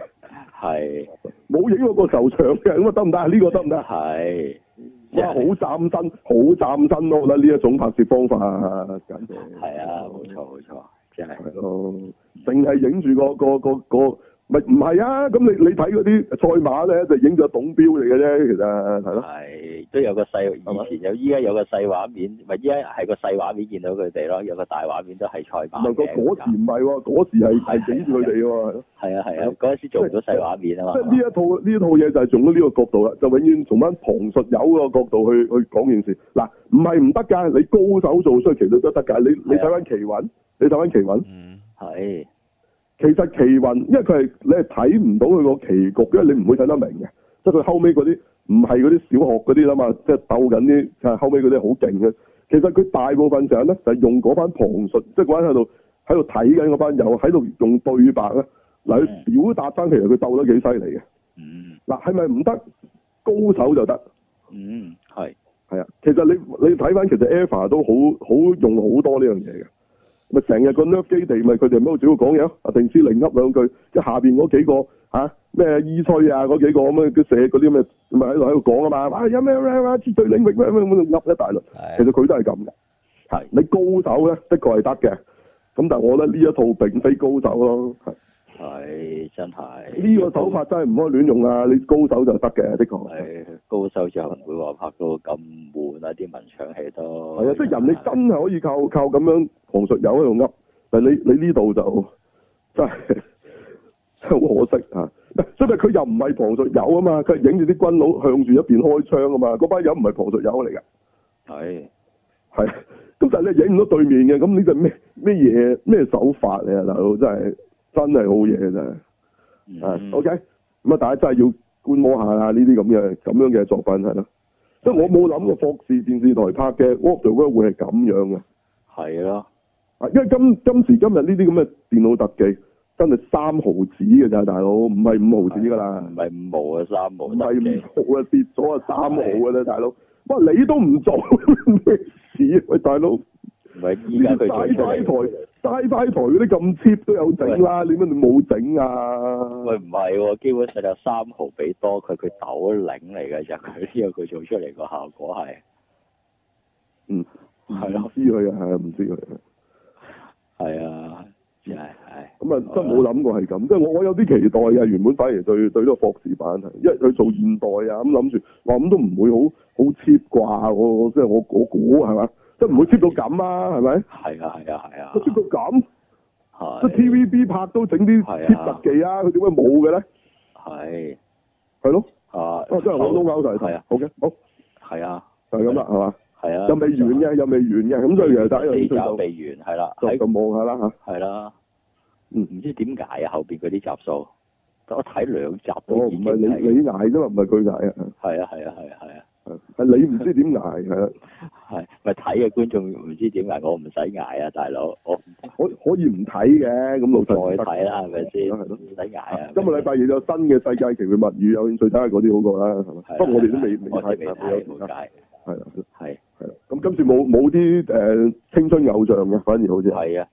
B: 係
A: 冇影過個球場嘅，咁啊得唔得啊？呢個得唔得 啊？
B: 係，即
A: 哇，好斬身，好斬身咯！我覺得呢一種拍攝方法，簡直
B: 係啊，冇錯冇錯，真係
A: 係咯，淨係影住個個個個，咪唔係啊？咁你你睇嗰啲賽馬咧，就影咗董標嚟嘅啫，其實係咯。
B: 係都有個細，
A: 咪
B: 以前有，依家有個細畫面，咪依家係個細畫面見到佢哋咯，有個大畫面啊都係賽
A: 唔
B: 馬
A: 係個
B: 嘅。
A: 嗰時唔係喎，嗰時係
B: 係
A: 係整住佢哋喎，係咯
B: 係啊係啊，嗰陣時做唔到細畫面啊嘛
A: 即係。呢一套呢一套嘢就係用咗呢個角度啦，就永遠從翻旁述友個角度去去講件事。嗱，唔係唔得㗎，你高手做出嚟其實都得㗎。你你
B: 係啊
A: 睇翻奇雲，你睇翻奇雲，
C: 嗯，
B: 係
A: 其實奇雲因為佢係你係睇唔到佢個棋局，因為你唔會睇得明嘅，即係佢後尾嗰啲唔係嗰啲小學嗰啲啦嘛，即係鬥緊啲，就係後尾嗰啲好勁嘅。其實佢大部分時間咧就係、用嗰班旁述，即係嗰班喺度喺度睇緊嗰班友喺度用對白咧嚟去表達翻，其實佢鬥得幾犀利嘅。
B: 嗯
A: 嗱，係咪唔得？高手就得，
B: 嗯係
A: 係啊。其實你你睇翻，其實 Eva 都好好用好多呢樣嘢嘅。咪成日個 nerve 基地，咪佢哋喺度主要講嘢咯。阿定斯零噏兩句，即係下邊嗰幾個嚇咩伊吹啊嗰幾個咁樣，佢寫嗰啲咩咪喺度喺度講啊嘛。啊有咩咩咩絕對領域咩咩咁樣噏一大輪。其實
C: 係啊，
A: 佢都係咁嘅。
B: 係
A: 你高手咧，的確係得嘅。咁但係我覺得呢一套並非高手咯。係
B: 係真係
A: 呢個手法真係唔可以亂用啊！你高手就得嘅，的確。
B: 係高手就唔會話拍到咁悶啊！啲文唱戲都
A: 係啊，即係人哋真係可以靠靠咁樣旁述友喺度噏，但係你你呢度就真係 真係好可惜啊！所以咪佢又唔係旁述友啊嘛，佢係影住啲軍佬向住一邊開槍啊嘛，嗰班友唔係旁述友嚟㗎，
B: 係
A: 係啊咁但係你影唔到對面嘅，咁呢就咩咩嘢咩手法嚟啊，大佬真係真係好嘢真係。啊
B: 嗯
A: ，OK，咁啊，大家真係要觀摩下啦，呢啲咁嘅咁樣嘅作品係咯，即係我冇諗過霍士電視台拍嘅《Walk the World》會係咁樣嘅，
B: 係咯，
A: 啊，因為今今時今日呢啲咁嘅電腦特技真係三毫子嘅咋，大佬唔係五毫子㗎啦
B: 唔，係五毛啊三毛
A: 唔
B: 得嘅
A: 係，五毫啊，跌咗啊三毫㗎啦，大佬，哇，你都唔做咩事啊？喂，大佬，
B: 唔係依家
A: 呢啲
B: 佢做
A: 嘥
B: 出
A: 快
B: 嚟。
A: 台嘥快台嗰啲咁 cheap 都有整啦，你乜你冇整啊？
B: 喂，唔係喎，基本上有三毫俾多佢，佢豆領嚟嘅啫，佢呢個佢做出嚟個效果係
A: 嗯，
B: 係
A: 唔
B: 咯，
A: 知佢啊，係啊唔知佢啊。
B: 係啊，真係係
A: 咁啊，真冇諗過係咁，即係我我有啲期待嘅，原本反而對對呢個博士版係，因為佢做現代啊，咁諗住，哇咁都唔會好好 cheap 啩，我我即係我我估係嘛，即係唔會 cheap 到咁啊，係咪？
B: 係啊係啊係啊
A: 都 cheap 到咁，即係
B: 係
A: TVB 拍都整啲
B: 係啊
A: cheap 特技啊，佢點解冇嘅咧？
B: 係
A: 係咯，
B: 啊，
A: 啊真係我都拗晒頭
B: 係啊，
A: 好嘅，好
B: 係啊
A: 就係咁啦，係嘛？
B: 係啊，
A: 又未完嘅，又未完嘅，咁所以其實大家有興
B: 四
A: 趣
B: 爪
A: 就
B: 未完係啦，喺
A: 就咁望下啦嚇。
B: 係啦，
A: 嗯
B: 唔知點解啊後邊嗰啲集數，我睇兩集
A: 哦，
B: 都
A: 唔
B: 已經
A: 係你
B: 係
A: 你捱啫嘛，唔係佢捱啊，
B: 係啊係啊係啊係
A: 係
B: 啊。
A: 係你唔知點捱係啦。
B: 係咪睇嘅觀眾唔知點解我唔使捱啊，大佬，我唔
A: 可可以唔睇嘅，咁老
B: 再
A: 實
B: 睇啦，係咪
A: 係
B: 先？
A: 咯係咯
B: 唔使捱啊！
A: 今個禮拜亦有新嘅世界奇妙物語，有興趣睇下嗰啲好過啦，係咪
B: 係啊，？
A: 不過我哋都未未
B: 我哋未
A: 睇，啊係
B: 睇，
A: 有時
B: 冇
A: 間
B: 解，
A: 係啦係啦
B: 係
A: 係啦。咁今次冇冇啲誒青春偶像嘅，反而好似
B: 係啊。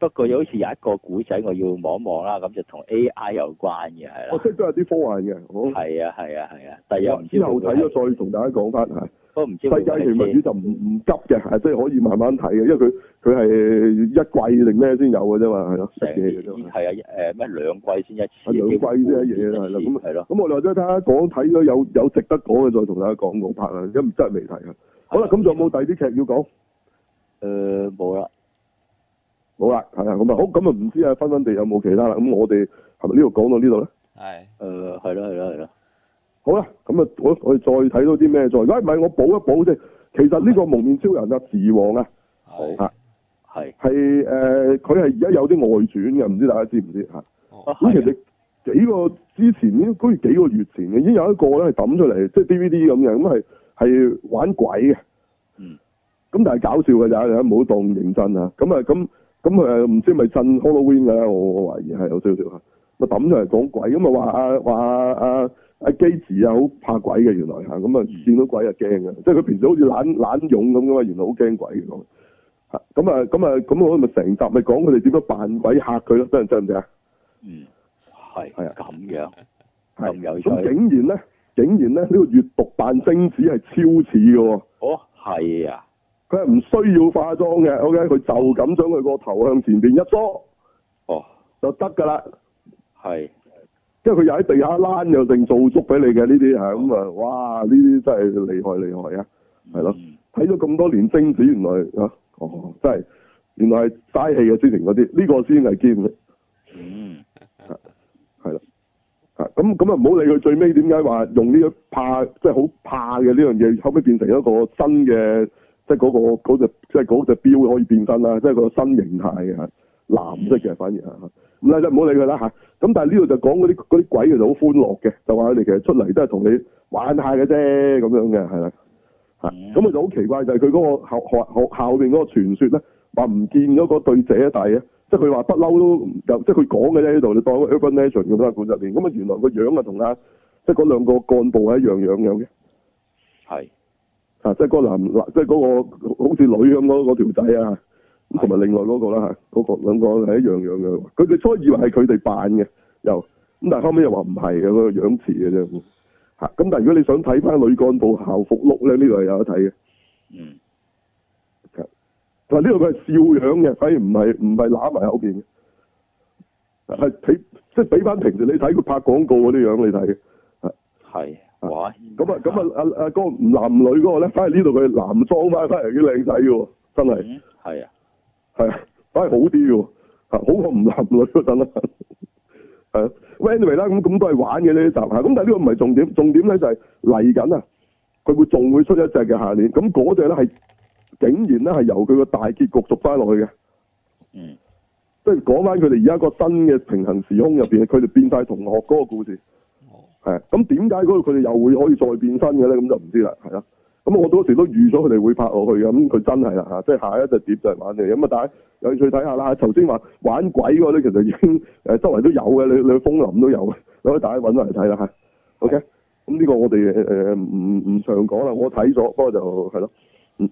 B: 不過有好似有一個古仔我要望一望啦，咁就同 A I 有關嘅係
A: 我
B: 啦，
A: 識哦都有啲科幻嘅。好
B: 係啊係啊啊係啊，但又唔知
A: 之後
B: 會唔會
A: 睇
B: 係，
A: 咗再同大家講翻嚇。
B: 不過唔知
A: 世
B: 會唔會
A: 界
B: 係
A: 奇妙物語
B: 先
A: 就唔唔急嘅，啊係即係可以慢慢睇嘅，因為佢佢係一季定咩先有嘅啫嘛，係咯，食
B: 成
A: 嘢嘅啫嘛
B: 年。係啊誒咩兩季先一次，
A: 係兩季先一嘢啦，係啦，咁啊
B: 係咯，
A: 咁我哋或者睇下講睇咗有有值得講嘅，再同大家講嗰 part 啦，因為真係未睇啊。好啦，咁仲有冇第二啲劇要講？
B: 誒冇啦，
A: 好啦，係啊，咁啊好，咁啊唔知啊，分分地有冇其他啦？咁我哋係咪呢度講到呢度咧？
C: 係
B: 誒係咯係咯係咯，
A: 好啦，咁啊，我我哋再睇到啲咩再？喂，唔係我補一補啫。其實呢個蒙面超人啊，時王啊，
C: 係
A: 啊
B: 係
A: 係誒，佢係而家有啲外傳嘅，唔知大家知唔知嚇？
C: 哦
A: 咁其
B: 係啊
A: 實幾個之前應該好似幾個月前嘅，已經有一個咧係抌出嚟，即係 DVD 咁嘅，咁係係玩鬼嘅。
B: 嗯。
A: 咁但係搞笑嘅咋，你唔好當認真啊！咁啊咁咁佢係唔知咪震 Halloween 嘅咧，我我懷疑係有少少嚇。咪抌出嚟講鬼，咁啊話啊話啊啊阿基治啊好怕鬼嘅原來嚇，咁啊
B: 嗯
A: 見到鬼啊驚嘅，即係佢平時好似懶懶勇咁噶嘛，原來好驚鬼嘅講。嚇咁啊咁啊咁我咪成集咪講佢哋點樣扮鬼嚇佢咯，真係真唔真啊？
B: 嗯，係
A: 係啊
B: 咁樣，
A: 係
B: 咁有趣
A: 咁竟然咧，竟然咧呢、呢個閱讀扮精子係超似嘅喎。
B: 哦，係啊，
A: 佢係唔需要化妝嘅，OK，佢就咁將佢個頭向前邊一梳
B: 哦，
A: 就得㗎啦。
B: 係，
A: 因為佢又喺地下躝又剩做足俾你嘅呢啲係咁啊，哇！呢啲真係厲害厲害啊！係咯
B: 嗯
A: 睇咗咁多年精子，原來啊，哦，真係原來係嘥氣嘅之前嗰啲，呢、個先係堅嘅，
B: 嗯，
A: 係啦。啊，咁咁啊，唔好理佢最尾點解話用呢個怕，即係好怕嘅呢樣嘢，後尾變成一個新嘅，即係嗰、個嗰隻，即係嗰隻標可以變身啦，即係個新形態嘅嚇，藍色嘅反而嚇。咁咧就唔好理佢啦嚇。咁但係呢度就講嗰啲嗰啲鬼其實好歡樂嘅，就話佢哋其實出嚟都係同你玩下嘅啫咁樣嘅，係啦。嚇
B: 嗯
A: 咁佢就好奇怪，就係佢嗰個學學學校邊嗰個傳說咧，話唔見咗嗰對姐弟啊，即係佢話不嬲都就即係佢講嘅啫呢度，你當 urban legend 咁啦，管入邊。咁啊原來個樣啊同啊即係嗰兩個幹部係一樣樣樣嘅。
B: 係，
A: 啊，即係嗰個男，即係嗰個好似女咁嗰嗰條仔啊，咁同埋另外嗰個啦嚇，嗰、個兩個係一樣樣嘅。佢哋初以為係佢哋扮嘅，又咁，但係後尾又話唔係嘅，嗰個樣似嘅啫。嚇、咁但係如果你想睇翻女幹部校服碌咧，呢度係有得睇嘅。
B: 嗯，
A: 但係呢度佢係笑樣嘅，反而唔係唔係揦埋後邊嘅，係俾即係俾翻平時你睇佢拍廣告嗰啲樣你睇嘅。
B: 係，哇，
A: 咁啊咁啊啊啊嗰個唔男唔女嗰個咧，反而呢度佢係男裝翻翻嚟幾靚仔嘅喎，真係。
B: 嗯，係啊，
A: 係啊，反而好啲嘅喎，啊好過唔男女嗰陣啦。係啊喂，anyway 啦，咁咁都係玩嘅呢啲集嚇，咁但係呢個唔係重點，重點咧就係嚟緊啊，佢會仲會出一隻嘅下年，咁嗰隻咧係竟然咧係由佢個大結局續翻落去嘅，
B: 嗯，
A: 即係講翻佢哋而家個新嘅平行時空入邊，佢哋變晒同學嗰個故事。
C: 哦
A: 係啊，咁點解嗰度佢哋又會可以再變身嘅咧？咁就唔知啦，係啦。咁我嗰時都預咗佢哋會拍落去嘅，咁佢真係啦嚇，即係下一隻碟就係玩嘅。咁啊，大家有興趣睇下啦。頭先話玩鬼嗰啲，其實已經誒周圍都有嘅，你你去風林都有嘅，你可以大家揾嚟睇啦嚇。OK，咁呢個我哋誒唔唔常講啦，我睇咗，不過就係咯，嗯，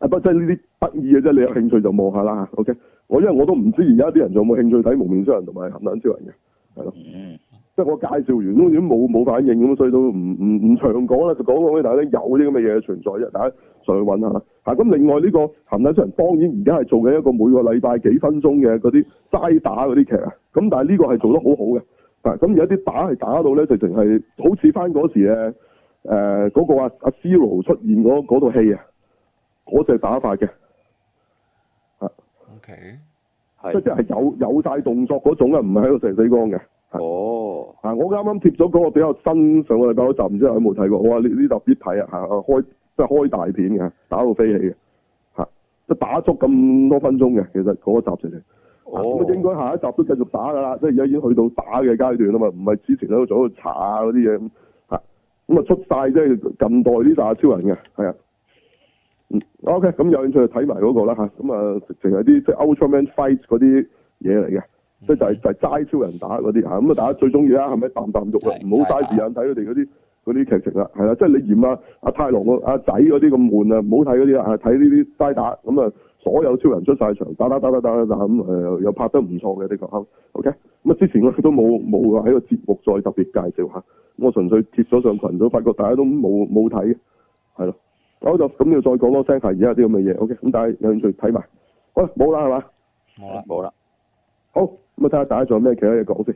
A: 啊不過即係呢啲得意嘅啫，你有興趣就望下啦嚇。OK，我因為我都唔知而家啲人仲有冇興趣睇《蒙面超人》同埋《鹹蛋超人》嘅。
B: 嗯，
A: 即係我介紹完都點冇冇反應咁，所以都唔唔唔長講啦，就講講俾大家聽有啲咁嘅嘢存在啫，大家上去揾下啦。嚇咁另外呢、個鹹蛋超人當然而家係做緊一個每個禮拜幾分鐘嘅嗰啲齋打嗰啲劇啊，咁但係呢個係做得好好嘅。嗱咁有啲打係打到咧，直情係好似翻嗰時咧誒嗰個阿啊阿 Zero 出現嗰嗰套戲啊，嗰隻打法嘅，
C: ，OK，
A: 即
B: 係，
A: 即係有有晒動作嗰種啊，唔係喺度成死光嘅。
B: 哦，
A: 啊！我啱啱貼咗嗰個比較新上個禮拜嗰集，唔知有冇睇過？我話呢呢集必睇啊！嚇，開即係開大片嘅，打到飛起嘅，嚇，即係打足咁多分鐘嘅。其實嗰集就係啊咁
B: 哦
A: 啊，，應該下一集都繼續打㗎啦，即係而家已經去到打嘅階段啦嘛，唔係之前喺度做喺度查啊嗰啲嘢咁嚇，咁啊出晒即係近代呢打超人嘅，係啊。嗯，OK，咁有興趣就睇埋嗰個啦嚇，咁啊，直情係啲即係 Ultraman Fight 嗰啲嘢嚟嘅。即係就係就係齋超人打嗰啲嚇，咁啊大家最中意啦，係咪啖啖肉啊？
C: 係
A: 唔好嘥時間睇佢哋嗰啲嗰啲劇情啦，係啦，即係你嫌啊阿太郎個阿仔嗰啲咁悶啊，唔好睇嗰啲啦，啊睇呢啲齋打咁啊，所有超人出晒場，打打打打打打打咁誒，又拍得唔錯嘅的確嚇，OK，咁啊之前我都冇 冇話喺個節目再特別介紹嚇，咁我純粹貼咗上群組，發覺大家都冇冇睇嘅，係咯，好就咁要再講多聲係而家有啲咁嘅嘢，OK，咁大家有興趣睇埋，好啦冇啦係嘛，
C: 冇啦，
B: 冇啦，
A: 好咁啊睇下大家仲有咩其他嘢講先。